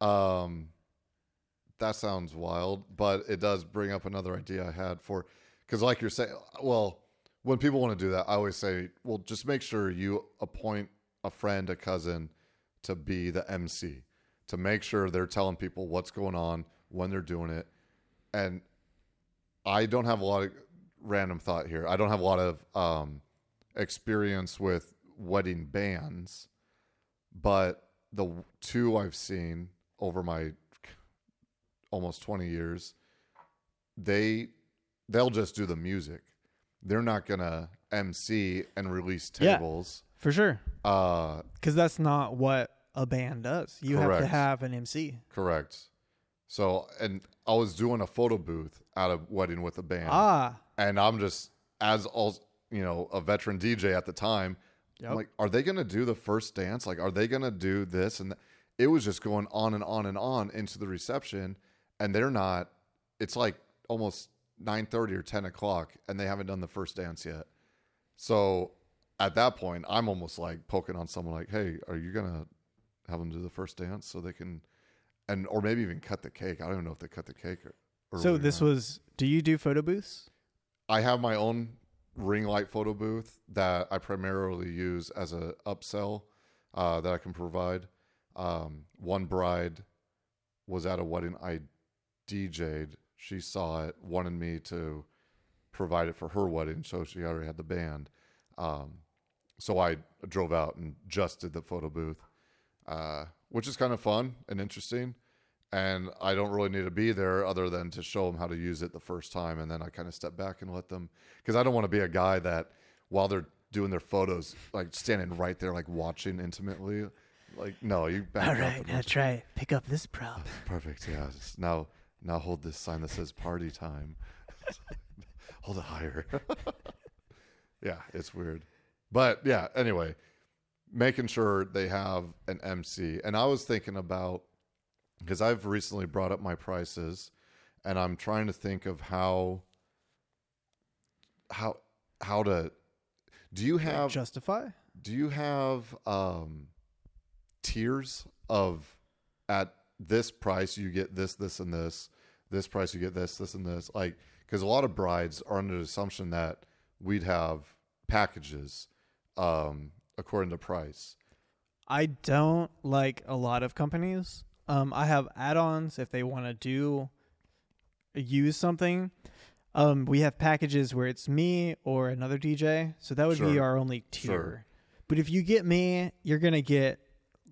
A: Um that sounds wild, but it does bring up another idea I had for cuz like you're saying, well, when people want to do that, I always say, well, just make sure you appoint a friend, a cousin to be the MC, to make sure they're telling people what's going on, when they're doing it. And I don't have a lot of random thought here. I don't have a lot of um, experience with wedding bands, but the w- two I've seen over my almost 20 years, they they'll just do the music. They're not gonna MC and release
B: Yeah.
A: tables.
B: for sure.
A: Uh,
B: Because that's not what a band does. You have to
A: Correct.
B: have an MC.
A: correct. So, and I was doing a photo booth at a wedding with a band,
B: Ah,
A: and I'm just as all you know, a veteran DJ at the time. I'm
B: Yep.
A: like, are they gonna do the first dance? Like, are they gonna do this? And th- it was just going on and on and on into the reception, and they're not. It's like almost nine thirty or ten o'clock, and they haven't done the first dance yet. So at that point, I'm almost like poking on someone, like, "Hey, are you gonna have them do the first dance so they can, and or maybe even cut the cake? I don't even know if they cut the cake or." or
B: so
A: whether or
B: this
A: not.
B: was. Do you do photo booths?
A: I have my own ring light photo booth that I primarily use as a upsell uh, that I can provide. Um, one bride was at a wedding I DJ'd. She saw it, wanted me to provide it for her wedding, so she already had the band. Um, so I drove out and just did the photo booth, uh, which is kind of fun and interesting. And I don't really need to be there other than to show them how to use it the first time. And then I kind of step back and let them, because I don't want to be a guy that while they're doing their photos, like standing right there, like watching intimately. Like, no, you back
B: All
A: up
B: right,
A: and
B: now try it. Pick up this prop.
A: Perfect. Yeah. Just now, now hold this sign that says "Party Time." hold it higher. yeah, it's weird, but yeah. Anyway, making sure they have an MC, and I was thinking about because I've recently brought up my prices, and I'm trying to think of how how how to. Do you have
B: Justify.
A: do you have um tiers of at this price you get this, this, and this, this price you get this, this, and this? Like, because a lot of brides are under the assumption that we'd have packages um according to price.
B: I don't like a lot of companies. Um, I have add-ons if they want to do use something. Um, we have packages where it's me or another DJ, so that would be
A: Sure.
B: our only tier.
A: Sure.
B: But if you get me, you're gonna get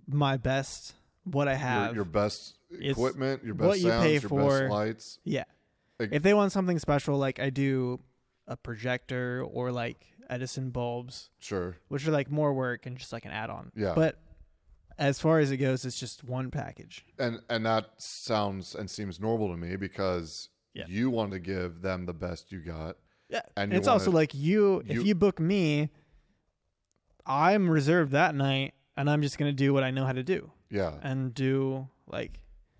B: my best, what I have.
A: Your, your best
B: It's
A: equipment, your
B: what
A: best
B: you
A: sounds,
B: pay
A: your
B: for.
A: best lights.
B: yeah.
A: Like-
B: if they want something special, like I do a projector or like Edison bulbs,
A: Sure.
B: which are like more work and just like an add-on.
A: Yeah.
B: But as far as it goes, it's just one package.
A: and and that sounds and seems normal to me because
B: Yeah.
A: you want to give them the best you got
B: Yeah.
A: And
B: And
A: you
B: it's
A: wanna-
B: also like you, if
A: you-
B: you book me, I'm reserved that night and I'm just going to do what I know how to do
A: yeah
B: and do like,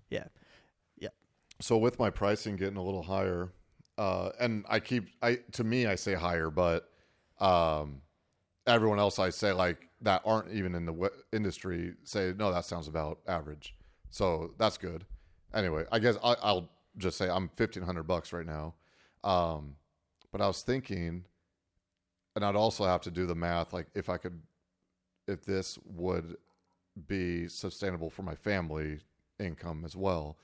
B: yeah.
A: so with my pricing getting a little higher uh and i keep i to me i say higher but um everyone else i say like that aren't even in the w- industry say no that sounds about average so that's good anyway i guess I, i'll just say i'm 1500 bucks right now um but i was thinking and i'd also have to do the math like if i could if this would be sustainable for my family income as well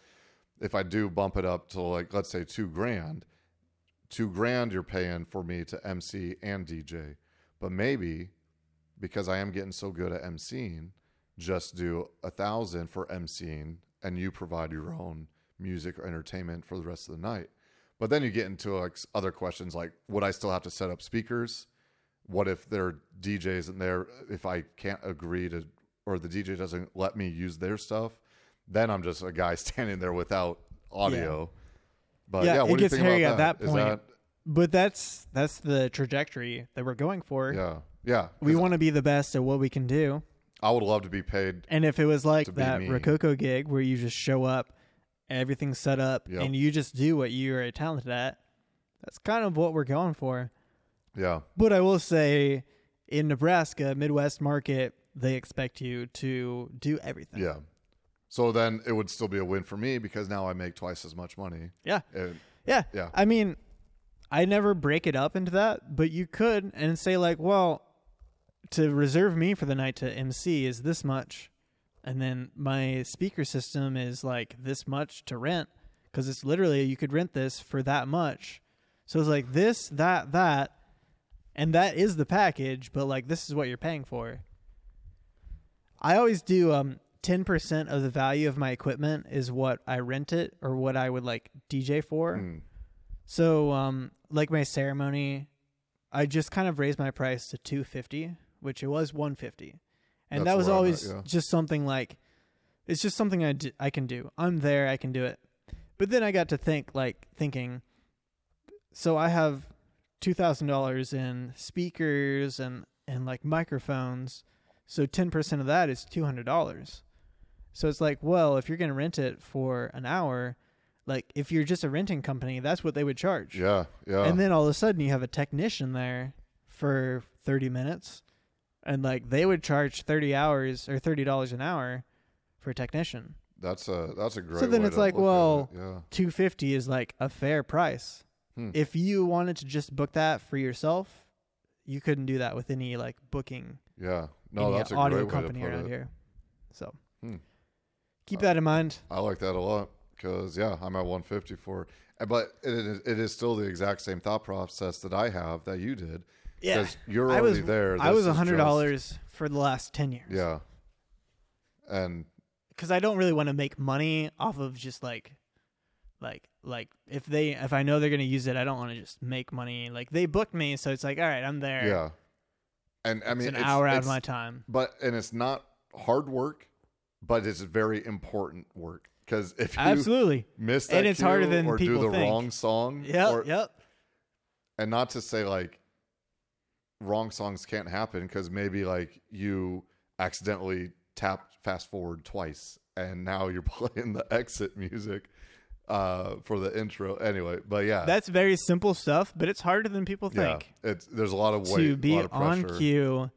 A: if I do bump it up to like let's say two grand, two grand you're paying for me to MC and DJ. But maybe because I am getting so good at MCing, just do a thousand for MCing and you provide your own music or entertainment for the rest of the night. But then you get into like s- other questions like would I still have to set up speakers? What if there are DJs in there if I can't agree to or the DJ doesn't let me use their stuff? Then I'm just a guy standing there without audio. But yeah,
B: Yeah,
A: what
B: it
A: do you
B: gets
A: think
B: hairy
A: about
B: at
A: that?
B: that
A: Is
B: point. But that's, that's the trajectory that we're going for.
A: yeah. Yeah.
B: We
A: 'Cause
B: want to be the best at what we can do.
A: I would love to be paid
B: And if it was
A: To
B: like
A: be
B: that
A: me.
B: Rococo gig where you just show up, everything's set up,
A: Yep.
B: and you just do what you are talented at, that's kind of what we're going for.
A: yeah.
B: But I will say, in Nebraska, Midwest market, they expect you to do everything.
A: Yeah. So then it would still be a win for me because now I make twice as much money.
B: Yeah.
A: And-
B: Yeah.
A: Yeah.
B: I mean, I never break it up into that, but you could and say, like, well, to reserve me for the night to MC is this much. And then my speaker system is like this much to rent because it's literally you could rent this for that much. So it's like this, that, that. And that is the package, but like this is what you're paying for. I always do um 10% of the value of my equipment is what I rent it or what I would like DJ for.
A: Mm.
B: So um like my ceremony I just kind of raised my price to 250 which it was 150. And
A: That's
B: that was
A: where I'm at,
B: always
A: yeah.
B: just something like it's just something I d- I can do. I'm there, I can do it. But then I got to think like thinking so I have $2,000 in speakers and and like microphones. So 10% of that is $200. So it's like, well, if you're going to rent it for an hour, like if you're just a renting company, that's what they would charge.
A: Yeah, yeah.
B: And then all of a sudden you have a technician there for 30 minutes and like they would charge 30 hours or $30 an hour for a technician.
A: that's a that's a great.
B: then
A: way
B: it's
A: to
B: like,
A: look at it, yeah,
B: 250 is like a fair price.
A: Hmm.
B: If you wanted to just book that for yourself, you couldn't do that with any like booking
A: yeah. No,
B: any
A: that's a great
B: audio
A: way to
B: company
A: put
B: around
A: it.
B: here. So
A: Hmm. Uh,
B: keep that in mind.
A: I like that a lot because yeah, I'm at 154, Uh, but it is, it is still the exact same thought process that I have that you did.
B: Yeah.
A: 'Cause you're
B: I
A: already
B: was
A: there.
B: I
A: This
B: was
A: is
B: $100 for the last 10 years.
A: just- yeah, and
B: because I don't really want to make money off of just like, like, like if they if I know they're gonna use it, I don't want to just make money. Like they booked me, so it's like, all right, I'm there.
A: yeah, and I mean,
B: it's an hour out of
A: it's-
B: my time.
A: but and it's not hard work, but it's very important work because if you
B: Absolutely.
A: miss that
B: And it's harder
A: cue
B: than
A: or do
B: people
A: the
B: think.
A: wrong song,
B: Yep.
A: or-
B: yep.
A: and not to say like wrong songs can't happen because maybe like you accidentally tapped fast forward twice and now you're playing the exit music uh for the intro anyway but yeah
B: That's very simple stuff, but it's harder than people
A: Uh, yeah
B: think
A: it's there's a lot of weight
B: to be
A: a lot of
B: on
A: pressure Mm-hmm.
B: cue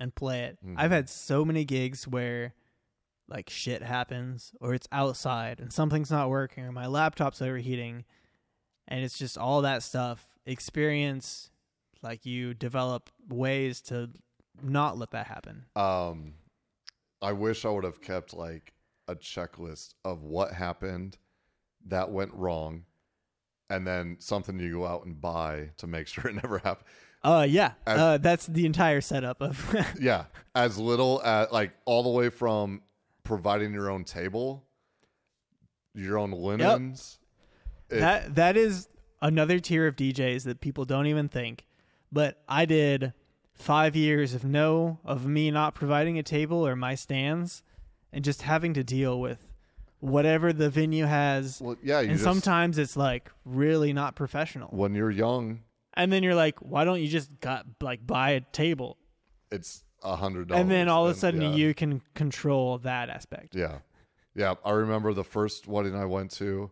B: and play it. I've had so many gigs where like shit happens or it's outside and something's not working or my laptop's overheating and it's just all that stuff experience like you develop ways to not let that happen
A: um i wish i would have kept like a checklist of what happened that went wrong and then something you go out and buy to make sure it never happens
B: uh yeah
A: As-
B: uh that's the entire setup of
A: Yeah, as little as like all the way from providing your own table, your own linens. It-
B: that that is another tier of DJs that people don't even think. But I did five years of no of me not providing a table or my stands, and just having to deal with whatever the venue has.
A: Well, yeah, you
B: and
A: just,
B: sometimes it's like really not professional.
A: when you're young,
B: And then you're like, why don't you just got like buy a table?
A: it's a hundred dollars,
B: And then all of a sudden
A: yeah,
B: you can control that aspect.
A: yeah, yeah. I remember the first wedding I went to,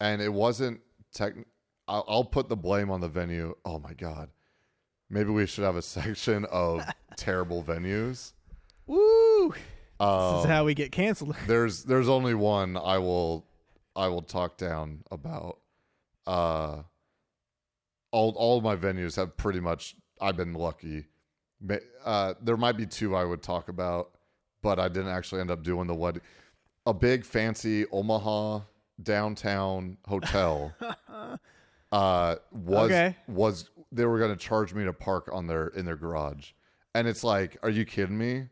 A: and it wasn't tech. I'll, I'll put the blame on the venue. Oh my god, maybe we should have a section of terrible venues.
B: Woo!
A: Um,
B: This is how we get canceled.
A: there's there's only one I will I will talk down about. Uh, all all of my venues have pretty much I've been lucky. Ma- Uh, there might be two I would talk about, but I didn't actually end up doing the wedding. A big fancy Omaha downtown hotel uh, was
B: Okay.
A: was they were going to charge me to park on their in their garage, and it's like, are you kidding me?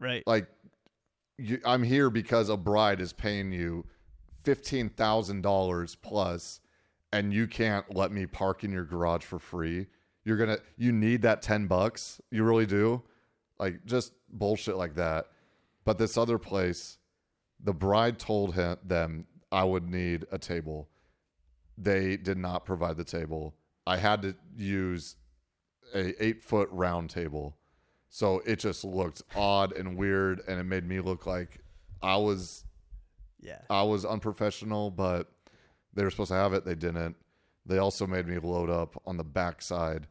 B: right.
A: like you, I'm here because a bride is paying you fifteen thousand dollars plus, and you can't let me park in your garage for free. You're gonna you need that ten bucks. You really do. Like just bullshit like that. But this other place, the bride told him them I would need a table. They did not provide the table. I had to use a eight foot round table. So it just looked odd and weird, and it made me look like I was
B: yeah.
A: I was unprofessional. But they were supposed to have it, they didn't. They also made me load up on the backside.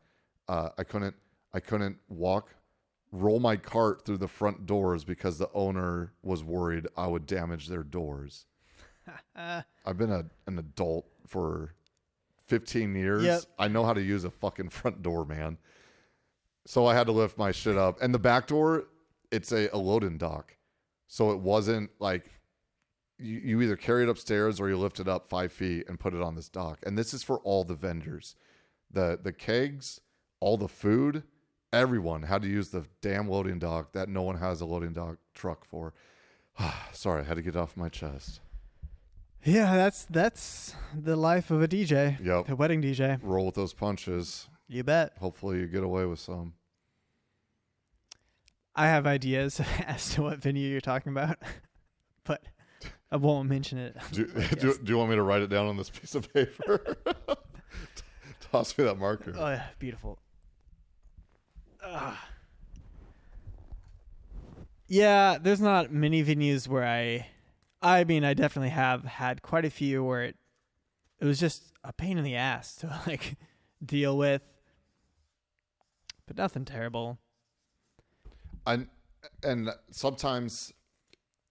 A: Uh, I couldn't I couldn't walk, roll my cart through the front doors because the owner was worried I would damage their doors. I've been a, an adult for 15 years.
B: Yep.
A: I know how to use a fucking front door, man. So I had to lift my shit up. And the back door, it's a, a loading dock. So it wasn't like you, you either carry it upstairs or you lift it up five feet and put it on this dock. And this is for all the vendors. The the kegs, all the food, everyone had to use the damn loading dock that no one has a loading dock truck for. Sorry, I had to get it off my chest.
B: Yeah, that's that's the life of a DJ.
A: Yep.
B: A wedding DJ.
A: Roll with those punches.
B: You bet.
A: Hopefully you get away with some.
B: I have ideas as to what venue you're talking about, but I won't mention it.
A: Do, do, do you want me to write it down on this piece of paper? Toss me that marker.
B: Oh, yeah, beautiful. Ah. Yeah, there's not many venues where I, I mean, I definitely have had quite a few where it, it was just a pain in the ass to like deal with, but nothing terrible.
A: and and sometimes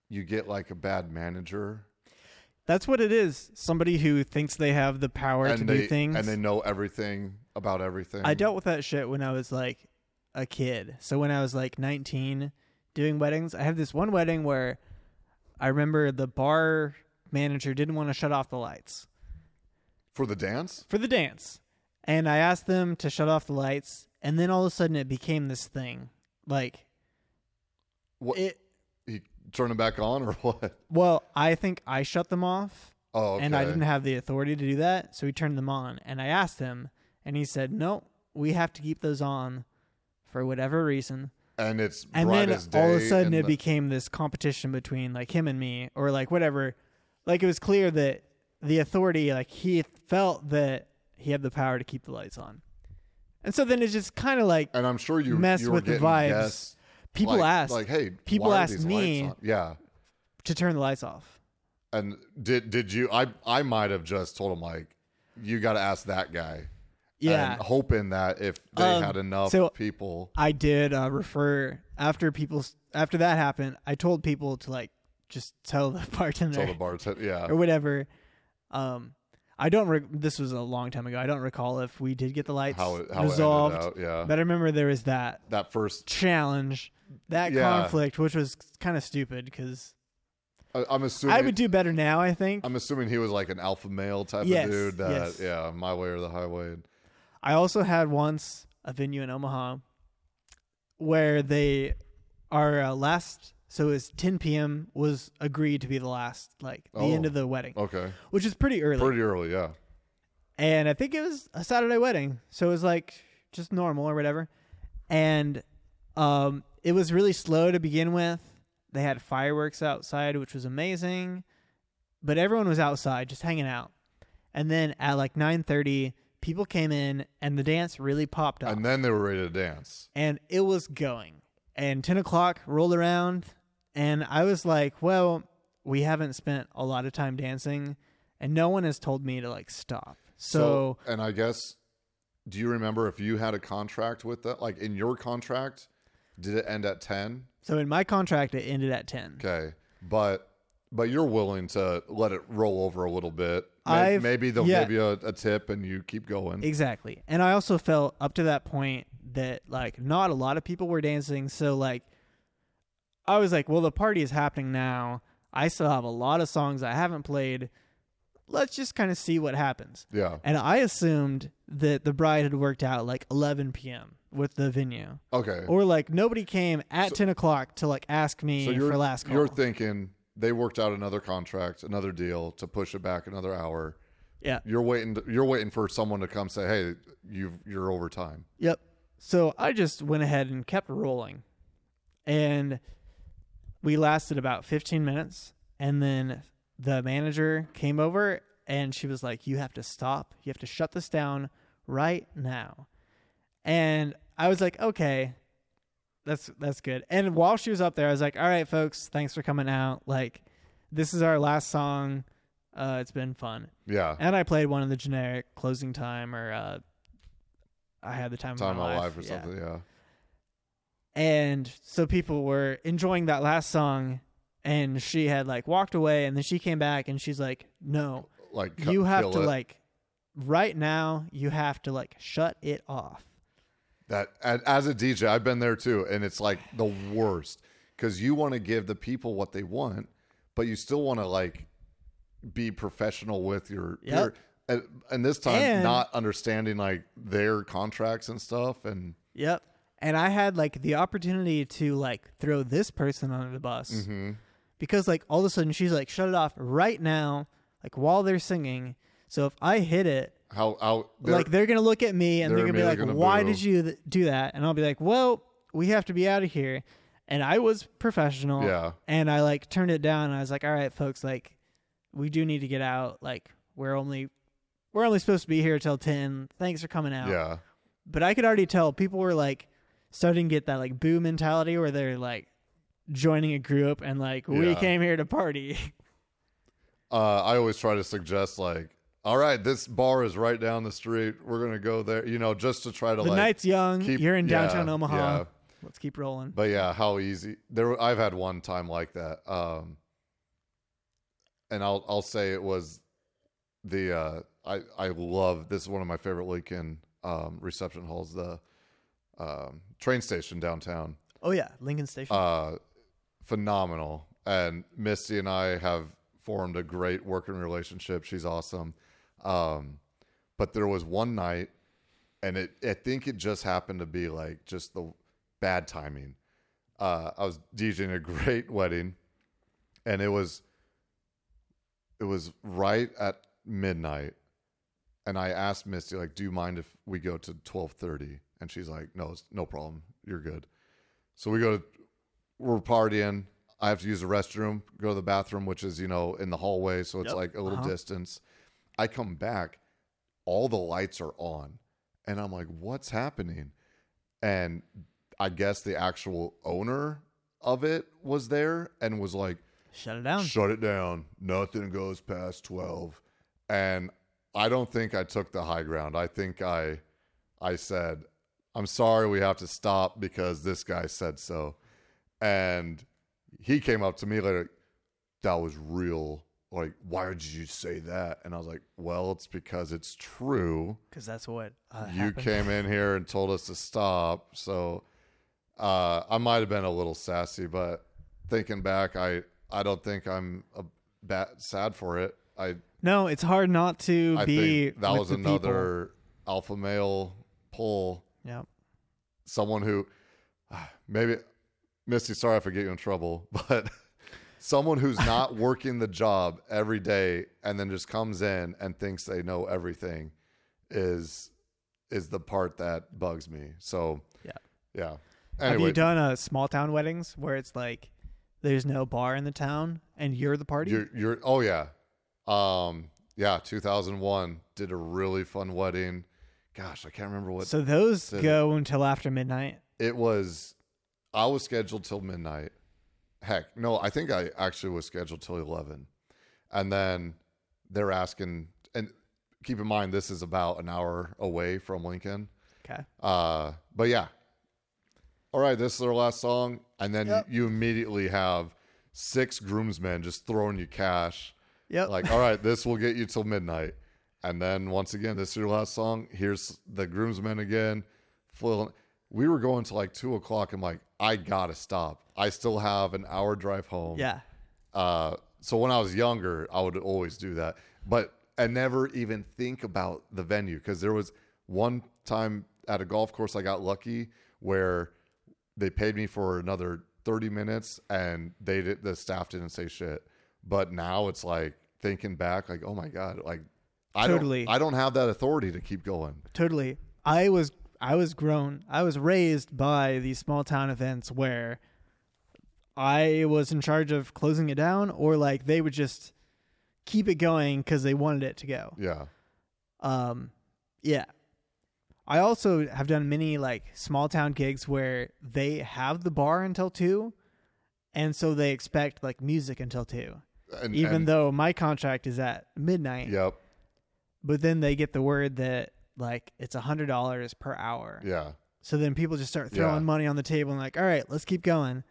A: you get like a bad manager
B: That's what it is. Somebody who thinks they have the power to
A: and
B: do
A: they
B: things.
A: and they know everything about everything.
B: I dealt with that shit when I was like a kid. So when I was like 19 doing weddings, I had this one wedding where I remember the bar manager didn't want to shut off the lights
A: for the dance.
B: for the dance. And I asked them to shut off the lights, and then all of a sudden it became this thing. Like
A: What
B: it
A: he turned it back on or what?
B: well, I think I shut them off
A: Oh, okay.
B: and I didn't have the authority to do that, so he turned them on. And I asked him, and he said, "No, we have to keep those on for whatever reason."
A: And it's
B: And
A: bright
B: then
A: as day.
B: all of a sudden,
A: and
B: it
A: the-
B: became this competition between like him and me, or like whatever. Like it was clear that the authority, like he felt that he had the power to keep the lights on, and so then it's just kind of like
A: And I'm sure you
B: mess
A: you were
B: with the
A: getting
B: vibes.
A: guests,
B: people
A: like,
B: asked
A: like, hey,
B: people
A: why are
B: asked
A: these
B: me-
A: lights on? yeah.
B: to turn the lights off.
A: And did did you? I I might have just told him like, you got to ask that guy.
B: Yeah,
A: and hoping that if they
B: Um,
A: had enough
B: so-
A: people,
B: I did uh, refer after people after that happened. I told people to like just tell the bartender
A: tell the bartender, yeah,
B: or whatever. Um, I don't. Re- this was a long time ago. I don't recall if we did get the lights
A: how it how
B: resolved,
A: it ended out, yeah.
B: but I remember there was that
A: that first,
B: challenge, that
A: Yeah.
B: conflict, which was kind of stupid because
A: I, I'm assuming
B: I would do better now. I think.
A: I'm assuming he was like an alpha male type
B: Yes,
A: of dude. That,
B: yes.
A: Yeah, my way or the highway.
B: I also had once a venue in Omaha where they our uh, last so it was 10 p.m. was agreed to be the last like the end
A: Oh.
B: of the wedding,
A: Okay,
B: which is pretty early.
A: pretty early, yeah.
B: and I think it was a Saturday wedding, so it was like just normal or whatever. And um, it was really slow to begin with. They had fireworks outside, which was amazing, but everyone was outside just hanging out. And then at like 9:30, people came in, and the dance really popped off,
A: And then they were ready to dance.
B: and it was going. And 10 o'clock rolled around, and I was like, "Well, we haven't spent a lot of time dancing, and no one has told me to like stop." so
A: and I guess, do you remember if you had a contract with that? Like in your contract, did it end at ten?
B: So in my contract, it ended at ten.
A: Okay, but but you're willing to let it roll over a little bit. May-
B: I've-
A: Maybe they'll
B: yeah.
A: give you a, a tip and you keep going.
B: Exactly. And I also felt up to that point that like not a lot of people were dancing. So like, I was like, well, the party is happening now. I still have a lot of songs I haven't played. Let's just kind of see what happens.
A: yeah.
B: And I assumed that the bride had worked out like 11 p.m. with the venue,
A: Okay.
B: or like nobody came at 10 o'clock to like ask me
A: so you're
B: for last call.
A: you're thinking they worked out another contract, another deal to push it back another hour.
B: yeah.
A: You're waiting. To, you're waiting for someone to come say, "Hey, you you're over time."
B: Yep. So I just went ahead and kept rolling. And we lasted about 15 minutes. And then the manager came over and she was like, You have to stop. You have to shut this down right now. And I was like, Okay. That's that's good. And while she was up there, I was like, "All right, folks, thanks for coming out. Like, this is our last song. Uh, it's been fun."
A: Yeah.
B: And I played one of the generic closing time or uh I had the time,
A: Time
B: of my
A: alive,
B: life,
A: or
B: yeah.
A: something. Yeah.
B: And so people were enjoying that last song and she had like walked away and then she came back and she's like, "No,
A: Like cut-
B: you have
A: kill
B: to
A: it.
B: like right now you have to like shut it off."
A: that. And as a DJ, I've been there too, and it's like the worst because you want to give the people what they want, but you still want to like be professional with your.
B: Yep.
A: your- and, and this time,
B: And-
A: not understanding like their contracts and stuff, and
B: Yep. And I had like the opportunity to like throw this person under the bus
A: Mm-hmm.
B: because like all of a sudden she's like, "Shut it off right now!" Like while they're singing. So if I hit it,
A: how out
B: like they're gonna look at me and they're,
A: they're
B: gonna be like,
A: immediately gonna
B: "Why
A: boo.
B: did you th- do that?" And I'll be like, "Well, we have to be out of here." and I was professional.
A: Yeah.
B: And I like turned it down and I was like, all right, folks, like we do need to get out. Like we're only we're only supposed to be here till ten. Thanks for coming out.
A: Yeah.
B: But I could already tell people were like starting to get that like boo mentality where they're like joining a group and like we
A: Yeah.
B: came here to party.
A: Uh, I always try to suggest like, all right, this bar is right down the street. We're gonna go there, you know, just to try to
B: the
A: like
B: night's young.
A: keep-
B: You're in
A: yeah,
B: downtown Omaha.
A: yeah.
B: Let's keep rolling.
A: But yeah, how easy there I've had one time like that. Um and I'll I'll say it was the uh I I love this is one of my favorite Lincoln um reception halls, the um train station downtown.
B: oh yeah, Lincoln Station.
A: Uh phenomenal. And Misty and I have formed a great working relationship. She's awesome. Um but there was one night and it I think it just happened to be like just the bad timing. Uh, I was DJing a great wedding, and it was it was right at midnight, and I asked Misty like, "Do you mind if we go to twelve 30? And she's like, "No, it's no problem. You're good." So we go to we're partying. I have to use the restroom, go to the bathroom, which is you know in the hallway, so it's
B: Yep.
A: like a little
B: Uh-huh.
A: distance. I come back, all the lights are on, and I'm like, "What's happening?" and I guess the actual owner of it was there and was like,
B: Shut it down.
A: shut it down. Nothing goes past 12. And I don't think I took the high ground. I think I I said, "I'm sorry, we have to stop because this guy said so." And he came up to me later, "That was real. Like, why did you say that?" And I was like, "Well, it's because it's true."
B: Because that's what uh,
A: you
B: happened.
A: came in here and told us to stop. So uh, I might have been a little sassy, but thinking back, I I don't think I'm a bat, sad for it. I
B: No, it's hard not to
A: I
B: be.
A: think that
B: with
A: was
B: the people.
A: another alpha male pull.
B: Yeah.
A: Someone who ah, maybe Misty, sorry if I get you in trouble, but someone who's not working the job every day and then just comes in and thinks they know everything is is the part that bugs me. So
B: Yeah.
A: yeah.
B: Have
A: Anyway,
B: you done uh, small town weddings where it's like there's no bar in the town and you're the party?
A: you're you're oh yeah, um yeah. Two thousand one did a really fun wedding. Gosh, I can't remember what
B: so those
A: So-
B: go until after midnight.
A: it was. I was scheduled till midnight. Heck, no, I think I actually was scheduled till eleven, and then they're asking. And keep in mind, this is about an hour away from Lincoln.
B: Okay.
A: Uh, but yeah. All right, this is our last song. And then
B: Yep.
A: you immediately have six groomsmen just throwing you cash.
B: Yep.
A: Like, all right, this will get you till midnight. And then once again, this is your last song. Here's the groomsmen again. Full- We were going to like two o'clock. I'm like, I gotta stop. I still have an hour drive home.
B: yeah.
A: Uh, so when I was younger, I would always do that, but I never even think about the venue because there was one time at a golf course I got lucky where they paid me for another 30 minutes and they did, the staff didn't say shit. But now it's like thinking back, like, oh my god, like I
B: Totally.
A: don't, I don't have that authority to keep going.
B: Totally. I was I was grown. I was raised by these small town events where I was in charge of closing it down or like they would just keep it going cuz they wanted it to go.
A: Yeah,
B: Um, yeah. I also have done many like small town gigs where they have the bar until two, and so they expect like music until two,
A: and
B: even
A: and-
B: though my contract is at midnight.
A: yep,
B: But then they get the word that like it's a hundred dollars per hour.
A: yeah,
B: So then people just start throwing
A: Yeah.
B: money on the table and like, all right, let's keep going.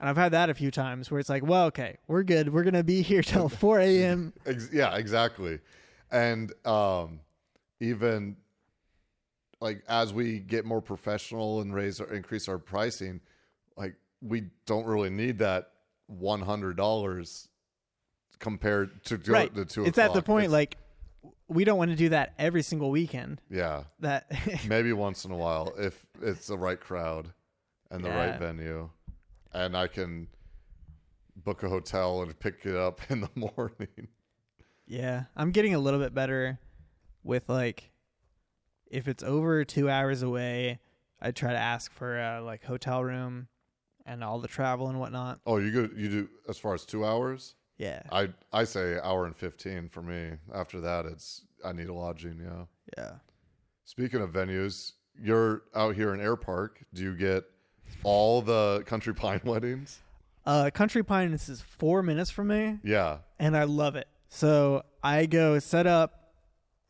B: And I've had that a few times where it's like, well, okay, we're good. We're gonna be here till four a.m.
A: Ex- yeah, exactly. And um, even like as we get more professional and raise or increase our pricing, like we don't really need that one hundred dollars compared to go
B: right.
A: to two.
B: it's at the
A: o'clock.
B: point
A: It's-
B: like we don't want to do that every single weekend.
A: yeah,
B: That
A: maybe once in a while if it's the right crowd and the
B: Yeah.
A: right venue, and I can book a hotel and pick it up in the morning.
B: yeah, I'm getting a little bit better with like if it's over 2 hours away, I try to ask for a like hotel room and all the travel and whatnot.
A: Oh, you go. You do as far as two hours.
B: Yeah,
A: I I say hour and fifteen for me. After that, it's I need lodging. Yeah.
B: yeah.
A: Speaking of venues, you're out here in Air Park. Do you get all the country pine weddings?
B: Uh, Country Pines is four minutes from me,
A: Yeah.
B: and I love it. So I go set up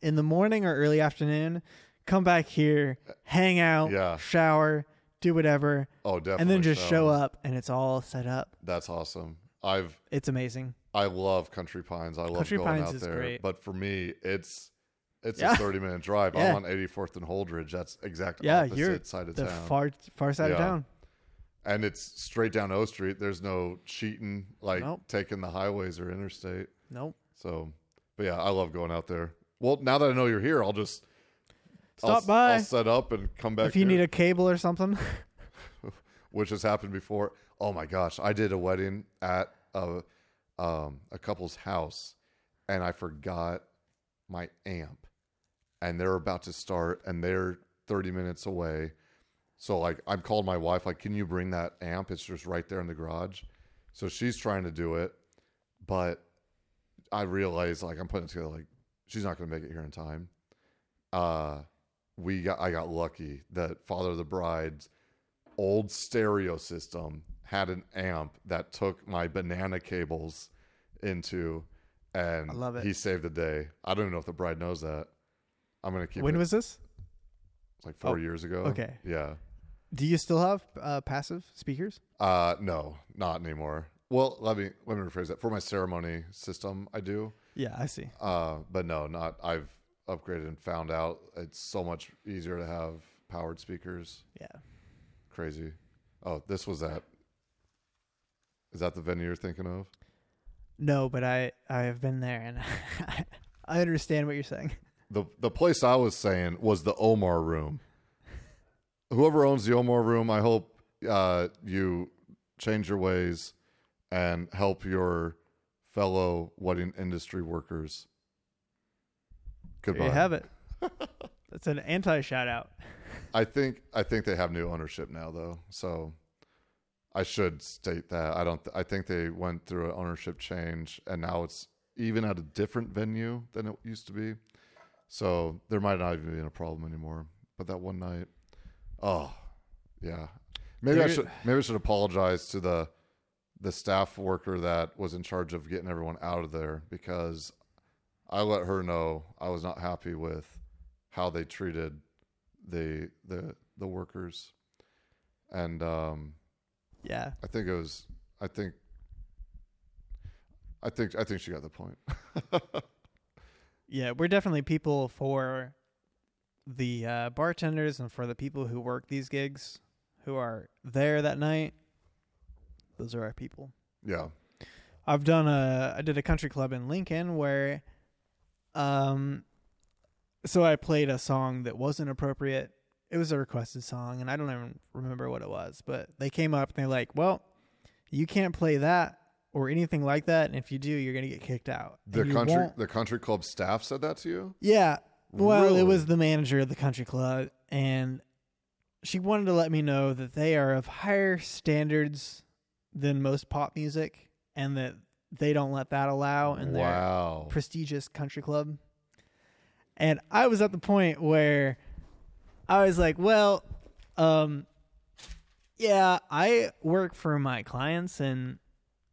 B: in the morning or early afternoon, come back here, hang out,
A: Yeah.
B: shower, do whatever,
A: Oh, definitely.
B: and then just
A: so.
B: show up, and it's all set up.
A: That's awesome. I've
B: It's amazing.
A: I love Country Pines. I love
B: Country
A: going
B: Pines
A: out
B: is
A: there.
B: great.
A: But for me, it's it's
B: Yeah.
A: a thirty minute drive.
B: Yeah.
A: I'm on 84th and Holdridge. That's exact
B: Yeah,
A: opposite
B: you're
A: side of
B: the
A: town.
B: far far side of
A: Yeah.
B: town.
A: and it's straight down O Street. There's no cheating, like
B: Nope.
A: taking the highways or interstate.
B: Nope.
A: So, but yeah, I love going out there. Well, now that I know you're here, I'll just I'll
B: Stop
A: s-
B: by.
A: I'll set up and come back.
B: if you
A: here,
B: need a cable or something.
A: which has happened before. Oh my gosh, I did a wedding at a um, a couple's house, and I forgot my amp, and they're about to start, and they're thirty minutes away. So like, I've called my wife, like, can you bring that amp? It's just right there in the garage. So she's trying to do it, but I realized like I'm putting it together, like she's not going to make it here in time. Uh, we got I got lucky that Father of the Bride's old stereo system had an amp that took my banana cables into and
B: I love it.
A: he saved the day. I don't even know if the bride knows that. I'm gonna keep
B: when
A: it
B: was this?
A: like four
B: oh,
A: years ago.
B: okay.
A: Yeah.
B: Do you still have uh, passive speakers?
A: Uh no, not anymore. Well, let me let me rephrase that. For my ceremony system I do.
B: Yeah, I see.
A: Uh but no, not I've upgraded and found out it's so much easier to have powered speakers.
B: Yeah.
A: Crazy. Oh, this was that. Is that the venue you're thinking of?
B: No, but I I have been there and I understand what you're saying.
A: The the place I was saying was the Omar room. Whoever owns the Omar room, I hope uh, you change your ways and help your fellow wedding industry workers. Goodbye.
B: There you have it. That's an anti shout out.
A: I think I think they have new ownership now though. So I should state that. I don't th- I think they went through an ownership change and now it's even at a different venue than it used to be. So there might not even be a problem anymore. But that one night oh yeah. Maybe I
B: There-
A: should maybe I should apologize to the the staff worker that was in charge of getting everyone out of there because I let her know I was not happy with how they treated the the the workers and um
B: Yeah.
A: i think it was i think i think i think she got the point
B: Yeah, we're definitely people for the uh, bartenders and for the people who work these gigs who are there that night. Those are our people.
A: yeah
B: I've done a I did a country club in Lincoln where um so I played a song that wasn't appropriate. It was a requested song and I don't even remember what it was, but they came up and they're like, "Well, you can't play that or anything like that, and if you do, you're going to get kicked out." And
A: the
B: you
A: country
B: won't-
A: the country club staff said that to you
B: yeah. Well,
A: Really?
B: it was the manager of the country club, and she wanted to let me know that they are of higher standards than most pop music, and that they don't let that allow in their
A: wow
B: prestigious country club. And I was at the point where I was like, well, um, yeah, I work for my clients, and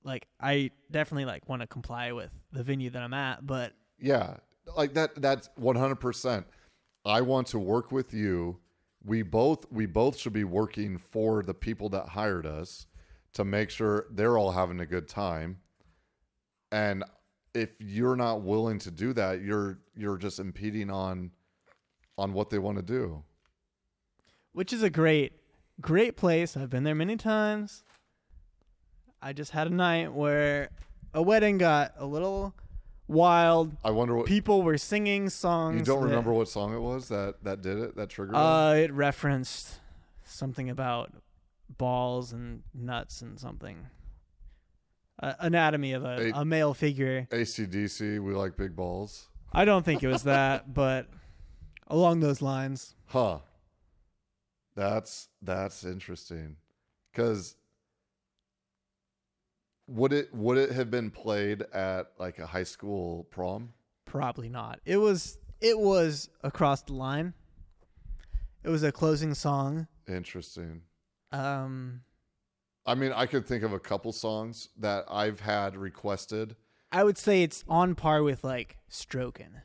B: like I definitely like want to comply with the venue that I'm at, but
A: yeah like that that's 100% i want to work with you we both we both should be working for the people that hired us to make sure they're all having a good time and if you're not willing to do that you're you're just impeding on on what they want to do
B: which is a great, great place. I've been there many times. I just had a night where a wedding got a little wild.
A: i wonder what
B: People were singing songs.
A: you don't
B: that-
A: remember what song it was that that did it that triggered it?
B: Uh, it referenced something about balls and nuts and something. Uh, anatomy of a,
A: Eight-
B: a male figure.
A: acdc we like big balls
B: I don't think it was that, but along those lines.
A: Huh. That's that's interesting. Cause Would it would it have been played at like a high school prom?
B: Probably not. It was it was across the line. It was a closing song.
A: Interesting.
B: Um,
A: I mean, I could think of a couple songs that I've had requested.
B: I would say it's on par with like Strokin,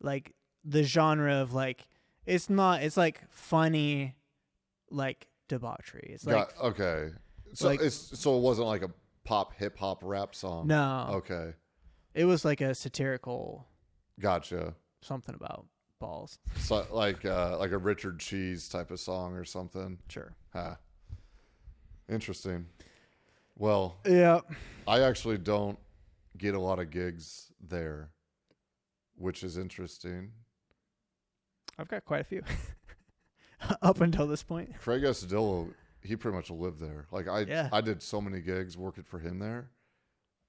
B: like the genre of like it's not it's like funny, like debauchery. It's like
A: Got- okay. So
B: like-
A: it's so it wasn't like a pop hip hop rap song.
B: No.
A: Okay.
B: it was like a satirical
A: Gotcha.
B: something about balls.
A: So like uh like a Richard Cheese type of song or something.
B: Sure.
A: Huh. Interesting. Well,
B: Yeah.
A: I actually don't get a lot of gigs there, which is interesting.
B: I've got quite a few up until this point.
A: Craig Astudillo, he pretty much lived there. Like I,
B: Yeah.
A: I did so many gigs working for him there,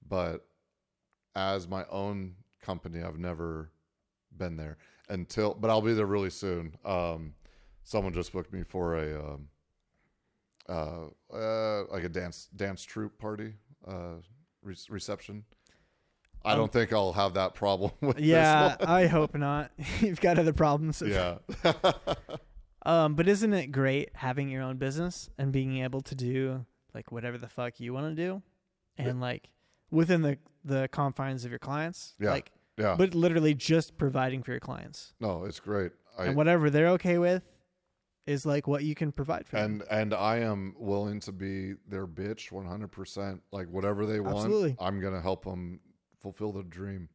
A: but as my own company, I've never been there until. But I'll be there really soon. Um, someone just booked me for a, um, uh, uh, like a dance dance troupe party, uh, re- reception. I don't think I'll have that problem with
B: Um, Yeah,
A: this one.
B: I hope not. You've got other problems.
A: Yeah.
B: Um, but isn't it great having your own business and being able to do like whatever the fuck you want to do, and like within the the confines of your clients?
A: Yeah.
B: Like,
A: Yeah.
B: but literally just providing for your clients
A: no, it's great. I,
B: and whatever they're okay with is like what you can provide for them.
A: and and I am willing to be their bitch 100%. Like whatever they want,
B: Absolutely.
A: I'm going to help them fulfill their dream.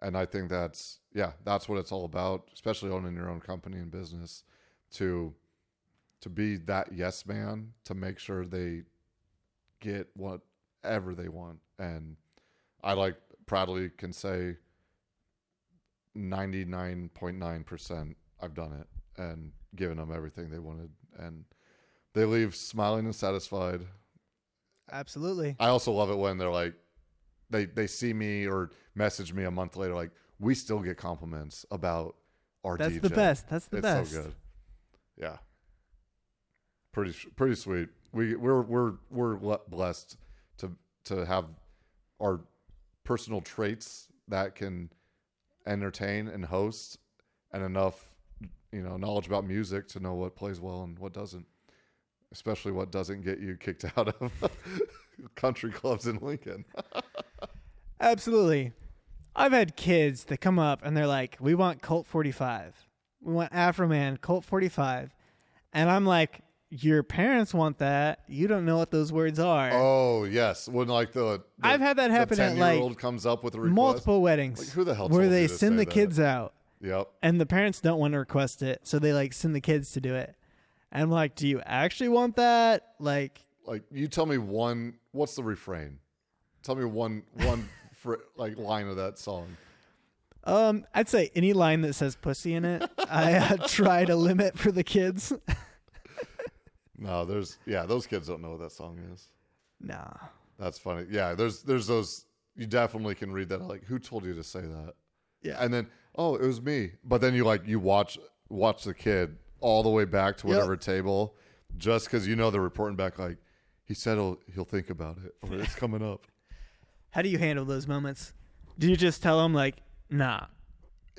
A: And I think that's yeah, that's what it's all about, especially owning your own company and business to to be that yes man to make sure they get whatever they want. And I like proudly can say 99.9% I've done it and given them everything they wanted and they leave smiling and satisfied.
B: Absolutely.
A: I also love it when they're like they they see me or message me a month later like we still get compliments about our
B: That's
A: DJ.
B: the best. That's the
A: it's
B: best.
A: so good. Yeah. Pretty pretty sweet. We we're we're we're le- blessed to to have our personal traits that can entertain and host and enough you know knowledge about music to know what plays well and what doesn't. Especially what doesn't get you kicked out of country clubs in Lincoln.
B: Absolutely. I've had kids that come up and they're like, "We want Colt 45. We want Afro Man Colt 45." And I'm like, "Your parents want that. You don't know what those words are."
A: Oh yes, when like the, the-
B: I've had that
A: the
B: happen at, like,
A: 10-year-old comes up with a request.
B: Multiple weddings
A: Like, who the hell
B: where
A: told
B: they
A: you to
B: send
A: say
B: the
A: that?
B: kids out
A: Yep.
B: and the parents don't want to request it, so they like send the kids to do it. And I'm like, "Do you actually want that?" Like,
A: like you tell me one what's the refrain tell me one one fr- like line of that song
B: um, I'd say any line that says pussy in it, I uh, try to limit for the kids.
A: no there's yeah those kids don't know what that song is
B: nah.
A: that's funny yeah there's there's those you definitely can read that like who told you to say that
B: Yeah.
A: and then oh it was me but then you like you watch watch the kid all the way back to
B: Yep.
A: whatever table just because you know they're reporting back like he said he'll, he'll think about it or it's coming up
B: How do you handle those moments? Do you just tell them like, nah,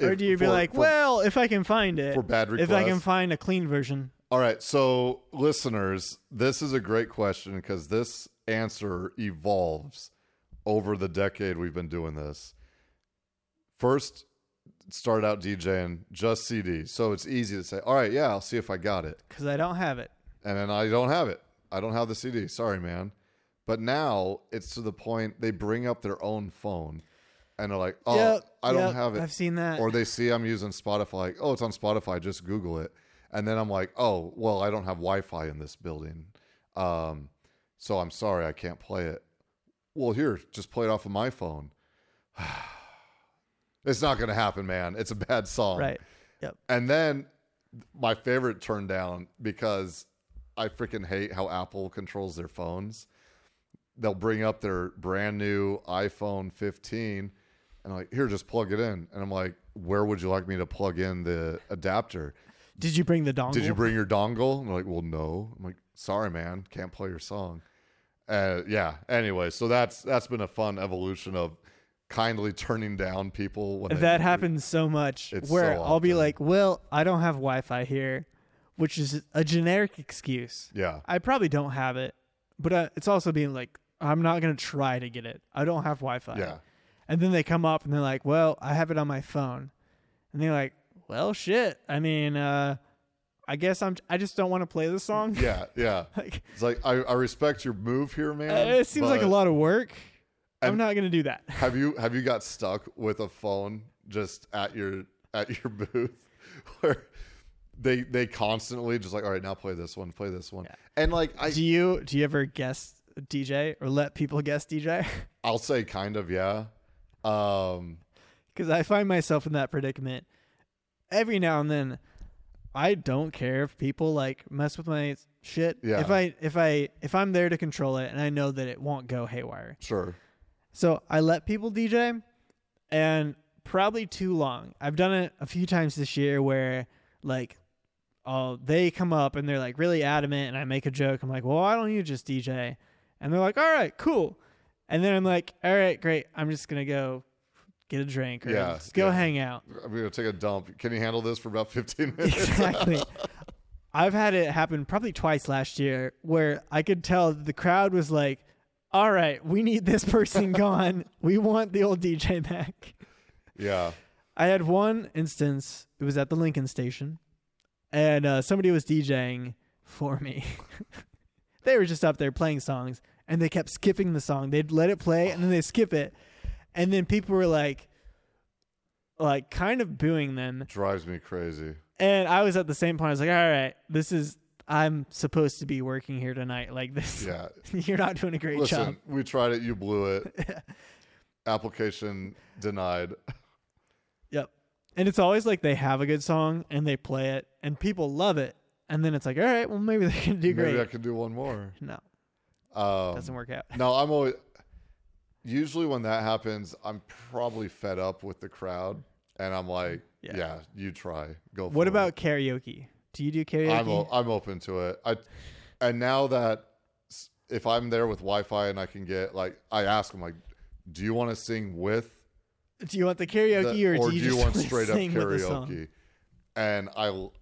B: or
A: If-
B: do you be
A: for-
B: like,
A: for-
B: well, if I can find it,
A: for bad
B: if I can
A: requests?
B: find a clean version,
A: All right, so listeners, this is a great question because this answer evolves over the decade we've been doing this. First, start out DJing just CD, so it's easy to say, "All right, yeah, I'll see if I got it,"
B: because I don't have it.
A: and then I don't have it. I don't have the CD. Sorry, man. But now it's to the point they bring up their own phone and they're like, "Oh,
B: Yep,
A: I don't
B: yep,
A: have it."
B: I've seen that.
A: or they see I'm using Spotify, like, oh, it's on Spotify, just Google it. And then I'm like, oh, well, I don't have Wi Fi in this building. Um, so I'm sorry, I can't play it. Well, here, just play it off of my phone. it's not going to happen, man. It's a bad song.
B: right. Yep.
A: And then my favorite turned down because I freaking hate how Apple controls their phones. They'll bring up their brand new iPhone 15 and like, here, just plug it in. And I'm like, where would you like me to plug in the adapter?
B: Did you bring the dongle?
A: Did you bring your dongle? And they're like, well, no. I'm like, sorry, man, can't play your song. Uh, yeah. Anyway, so that's that's been a fun evolution of kindly turning down people when they-
B: that happens so much
A: It's
B: where
A: so
B: I'll be
A: often.
B: like, well, I don't have Wi Fi here, which is a generic excuse.
A: Yeah.
B: I probably don't have it, but uh, it's also being like, I'm not going to try to get it. I don't have Wi Fi.
A: Yeah.
B: And then they come up and they're like, well, I have it on my phone. And they're like, well, shit. I mean, uh, I guess I'm, I just don't want to play this song.
A: Yeah. Yeah.
B: like,
A: It's like I, I respect your move here, man.
B: uh, it seems like a
A: but
B: lot of work. I'm
A: And-
B: not going to do that.
A: Have you have you got stuck with a phone just at your at your booth where they they constantly just like all right now play this one play this one and like I
B: do you, do you ever guess DJ or let people guess DJ?
A: I'll say kind of yeah um
B: because I find myself in that predicament every now and then. I don't care if people like mess with my shit.
A: Yeah.
B: If I if I if I'm there to control it and I know that it won't go haywire,
A: sure
B: so I let people DJ, and probably too long. I've done it a few times this year where like. Oh, they come up and they're like really adamant, and I make a joke. I'm like, "Well, why don't you just DJ?" And they're like, "All right, cool." And then I'm like, "All right, great. I'm just gonna go get a drink or
A: Yeah,
B: just go
A: yeah.
B: hang out."
A: I'm gonna take a dump can you handle this for about 15 minutes
B: exactly. I've had it happen probably twice last year where I could tell the crowd was like, all right, we need this person gone. We want the old DJ back.
A: yeah
B: I had one instance, it was at the Lincoln station, and uh, somebody was DJing for me. they were just up there playing songs, and they kept skipping the song. They'd let it play, and then they skip it. And then people were like, like kind of booing them
A: drives me crazy
B: and I was at the same point. I was like, all right, this is I'm supposed to be working here tonight. Like this,
A: yeah
B: you're not doing a great
A: Listen,
B: job.
A: we tried it. You blew it. Application denied.
B: Yep. And it's always like they have a good song and they play it and people love it, and then it's like, all right, well maybe they can do
A: Maybe I
B: great.
A: could do one more.
B: No,
A: Um,
B: doesn't work out.
A: No, I'm always. Usually, when that happens, I'm probably fed up with the crowd, and I'm like, "Yeah,
B: Yeah.
A: you try. Go."
B: What
A: for
B: about karaoke? Do you do
A: It.
B: karaoke?
A: I'm o- I'm open to it. I, and now that s- if I'm there with Wi-Fi and I can get like, I ask them like, "Do you want to sing with?"
B: do you want the karaoke
A: that-
B: or, do you, just
A: want
B: wanna
A: straight up
B: sing with the song?
A: karaoke? And I, l-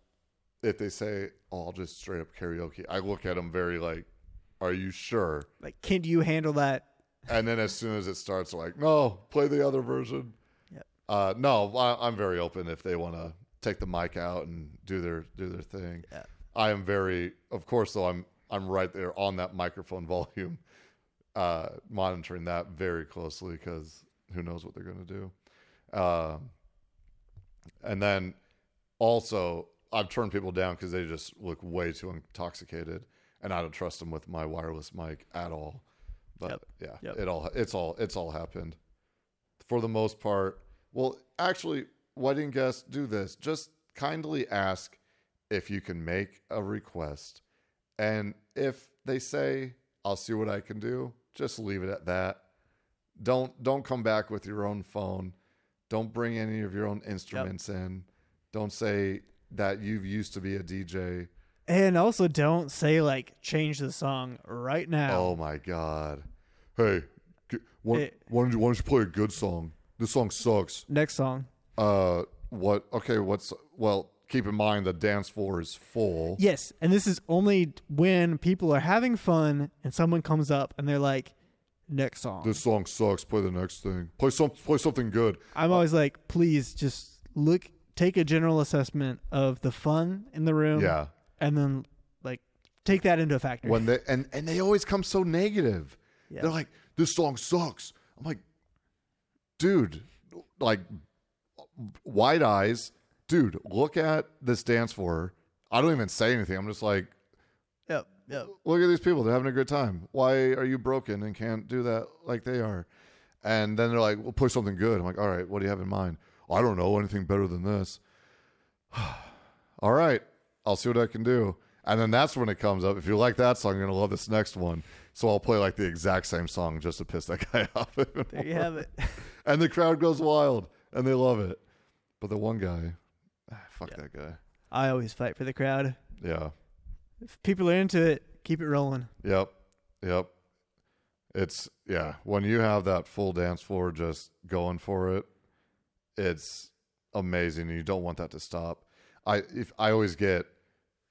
A: if they say, "Oh, I'll just straight up karaoke," I look at them very like, "Are you sure?"
B: Like, can you handle that?
A: And then as soon as it starts, like, "No, play the other version."
B: Yep.
A: Uh, no, I, I'm very open if they want to take the mic out and do their do their thing.
B: Yeah.
A: I am very, of course, though I'm I'm right there on that microphone volume, uh, monitoring that very closely because who knows what they're going to do. Um, and then also, I've turned people down because they just look way too intoxicated, and I don't trust them with my wireless mic at all. But yeah,
B: Yep.
A: it all it's all it's all happened for the most part. Well, actually, wedding guests do this. Just kindly ask if you can make a request, and if they say, "I'll see what I can do," just leave it at that. Don't don't come back with your own phone. Don't bring any of your own instruments in. Don't say that you used to be a DJ.
B: And also, don't say like change the song right now.
A: Oh my god! Hey, g- why,
B: It-
A: why don't you why don't you play a good song? This song sucks.
B: Next song.
A: Uh, what? Okay, what's? Well, keep in mind the dance floor is full.
B: Yes, and this is only when people are having fun and someone comes up and they're like, "Next song."
A: This song sucks. Play the next thing. Play some. Play something good.
B: I'm always like, "Please just look, take a general assessment of the fun in the room,
A: Yeah.
B: and then like take that into a factor."
A: When they and and they always come so negative.
B: Yeah.
A: They're like, this song sucks. I'm like, dude, like wide eyes, dude. Look at this dance floor. I don't even say anything. I'm just like,
B: yep, yep.
A: look at these people they're having a good time why are you broken and can't do that like they are and then they're like we'll push something good i'm like all right what do you have in mind i don't know anything better than this all right i'll see what i can do and then that's when it comes up if you like that song you're gonna love this next one so i'll play like the exact same song just to piss that guy off even
B: There you
A: more.
B: have it.
A: and the crowd goes wild and they love it but the one guy ah, fuck that guy
B: I always fight for the crowd.
A: yeah
B: If people are into it, keep it rolling.
A: Yep. Yep. It's yeah, when you have that full dance floor just going for it, it's amazing. You don't want that to stop. I if I always get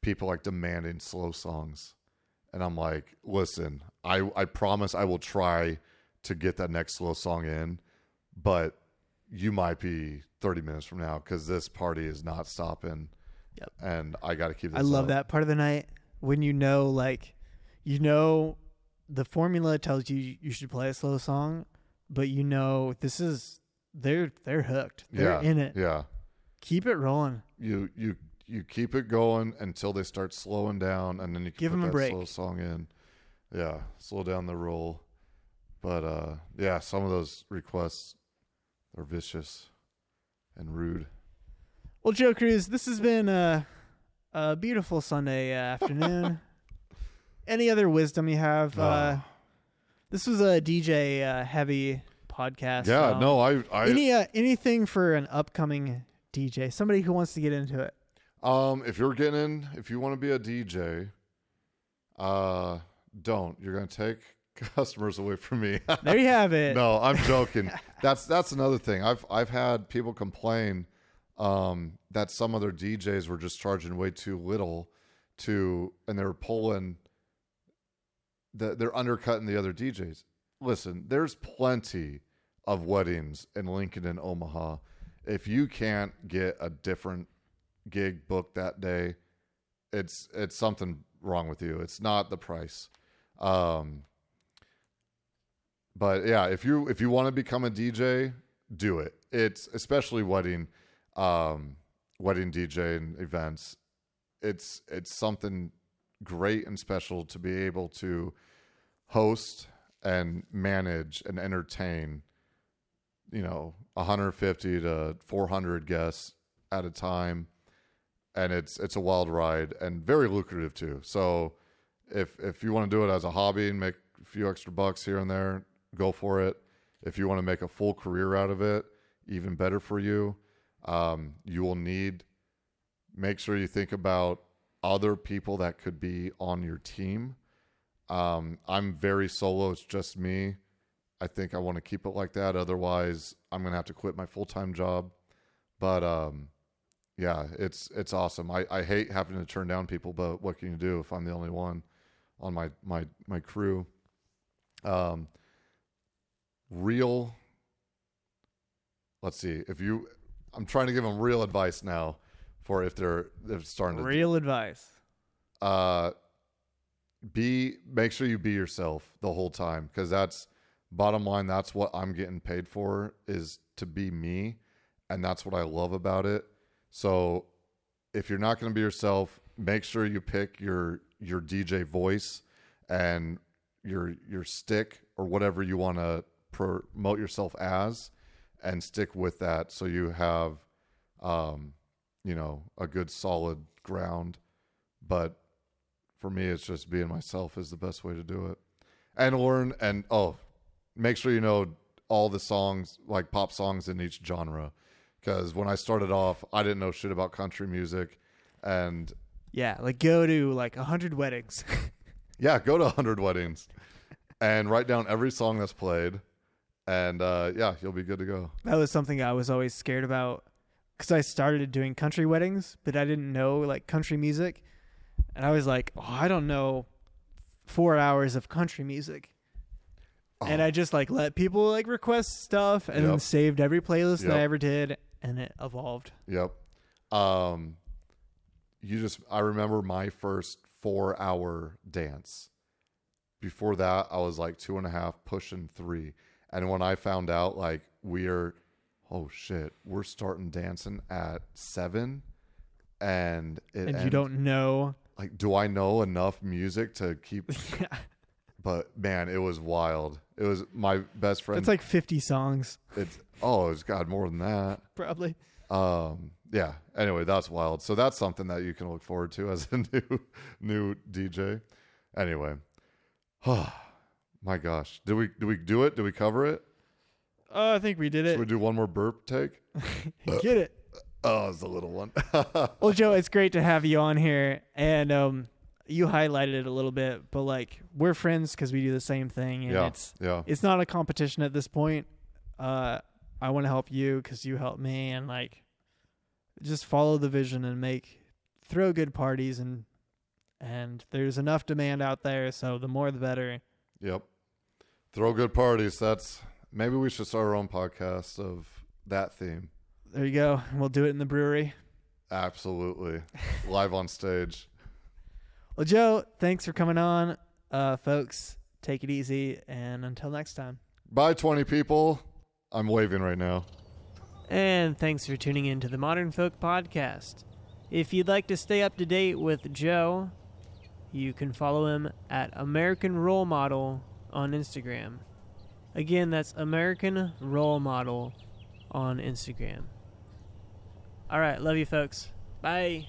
A: people like demanding slow songs. And I'm like, listen, I, I promise I will try to get that next slow song in, but you might be 30 minutes from now because this party is not stopping.
B: Yep.
A: And I got to keep this
B: I love
A: up.
B: that part of the night when you know, like, you know, the formula tells you you should play a slow song, but you know this is they're they're hooked. They're
A: yeah.
B: in it.
A: Yeah.
B: Keep it rolling.
A: you you you keep it going until they start slowing down, and then you can
B: Give
A: put
B: 'em a
A: that
B: break.
A: slow song in. Yeah, slow down the roll. But uh, yeah, some of those requests are vicious and rude.
B: Well, Joe Cruz, this has been a, a beautiful Sunday uh, afternoon. Any other wisdom you have? Uh, this was a DJ uh, heavy podcast.
A: yeah,
B: so-
A: no, I I
B: Any uh, anything for an upcoming DJ? Somebody who wants to get into it.
A: um if you're getting in, if you want to be a DJ, uh, don't you're gonna take customers away from me.
B: There you have it.
A: No, I'm joking. that's that's another thing. I've I've had people complain um, that some other DJs were just charging way too little to, and they were pulling. The, they're undercutting the other DJs. Listen, there's plenty of weddings in Lincoln and Omaha. If you can't get a different gig booked that day, it's it's something wrong with you. It's not the price. Um, but yeah if you if you want to become a dj do it it's especially wedding um wedding dj and events it's it's something great and special to be able to host and manage and entertain you know 150 to 400 guests at a time and it's it's a wild ride and very lucrative too so if if you want to do it as a hobby and make a few extra bucks here and there, go for it. If you want to make a full career out of it, even better for you. Um, you will need make sure you think about other people that could be on your team. Um, I'm very solo; it's just me. I think I want to keep it like that. Otherwise, I'm gonna have to quit my full time job. But um, yeah, it's it's awesome. I, I hate having to turn down people, but what can you do if I'm the only one on my my my crew? Um, real. Let's see if you. I'm trying to give them real advice now, for if they're they're starting to
B: Real advice.
A: uh be make sure you be yourself the whole time because that's bottom line that's what i'm getting paid for is to be me and that's what i love about it so if you're not going to be yourself make sure you pick your your dj voice and your your stick or whatever you want to promote yourself as and stick with that so you have um you know a good solid ground but for me it's just being myself is the best way to do it and learn and oh make sure you know all the songs like pop songs in each genre because when i started off i didn't know shit about country music and
B: Yeah, like go to like a hundred weddings.
A: yeah go to 100 weddings and write down every song that's played and uh, yeah you'll be good to go
B: that was something I was always scared about because I started doing country weddings, but I didn't know like country music, and I was like, oh, I don't know four hours of country music. And I just like let people like request stuff and then
A: Yep.
B: saved every playlist that I
A: Yep.
B: ever did and it evolved.
A: Yep. Um, you just, I remember my first four hour dance. Before that, I was like two and a half, pushing three. And when I found out, like, we're, oh shit, we're starting dancing at seven. And it
B: And, you
A: ends-
B: don't know.
A: like, do I know enough music to keep?
B: Yeah.
A: But man, it was wild. It was my best friend.
B: It's like 50 songs
A: it's oh, it's got more than that.
B: probably.
A: um yeah anyway that's wild so that's something that you can look forward to as a new new dj anyway my gosh did we did we do it did we cover it
B: Oh, I think we did
A: should we
B: it.
A: do one more burp take
B: Get it.
A: oh it's a little one
B: Well, Joe, it's great to have you on here, and um, you highlighted it a little bit, but like we're friends because we do the same thing, and
A: Yeah.
B: it's
A: Yeah.
B: it's not a competition at this point. Uh, I want to help you because you help me, and like just follow the vision and make throw good parties and and there's enough demand out there, so the more the better.
A: Yep. Throw good parties. That's maybe we should start our own podcast of that theme.
B: There you go. We'll do it in the brewery.
A: Absolutely. Live on stage.
B: Well, Joe, thanks for coming on. Uh, folks, take it easy, and until next time.
A: Bye 20 people. I'm waving right now.
D: And thanks for tuning in to the Modern Folk Podcast. If you'd like to stay up to date with Joe, you can follow him at American Role Model on Instagram. Again, that's American Role Model on Instagram. All right, love you folks. Bye.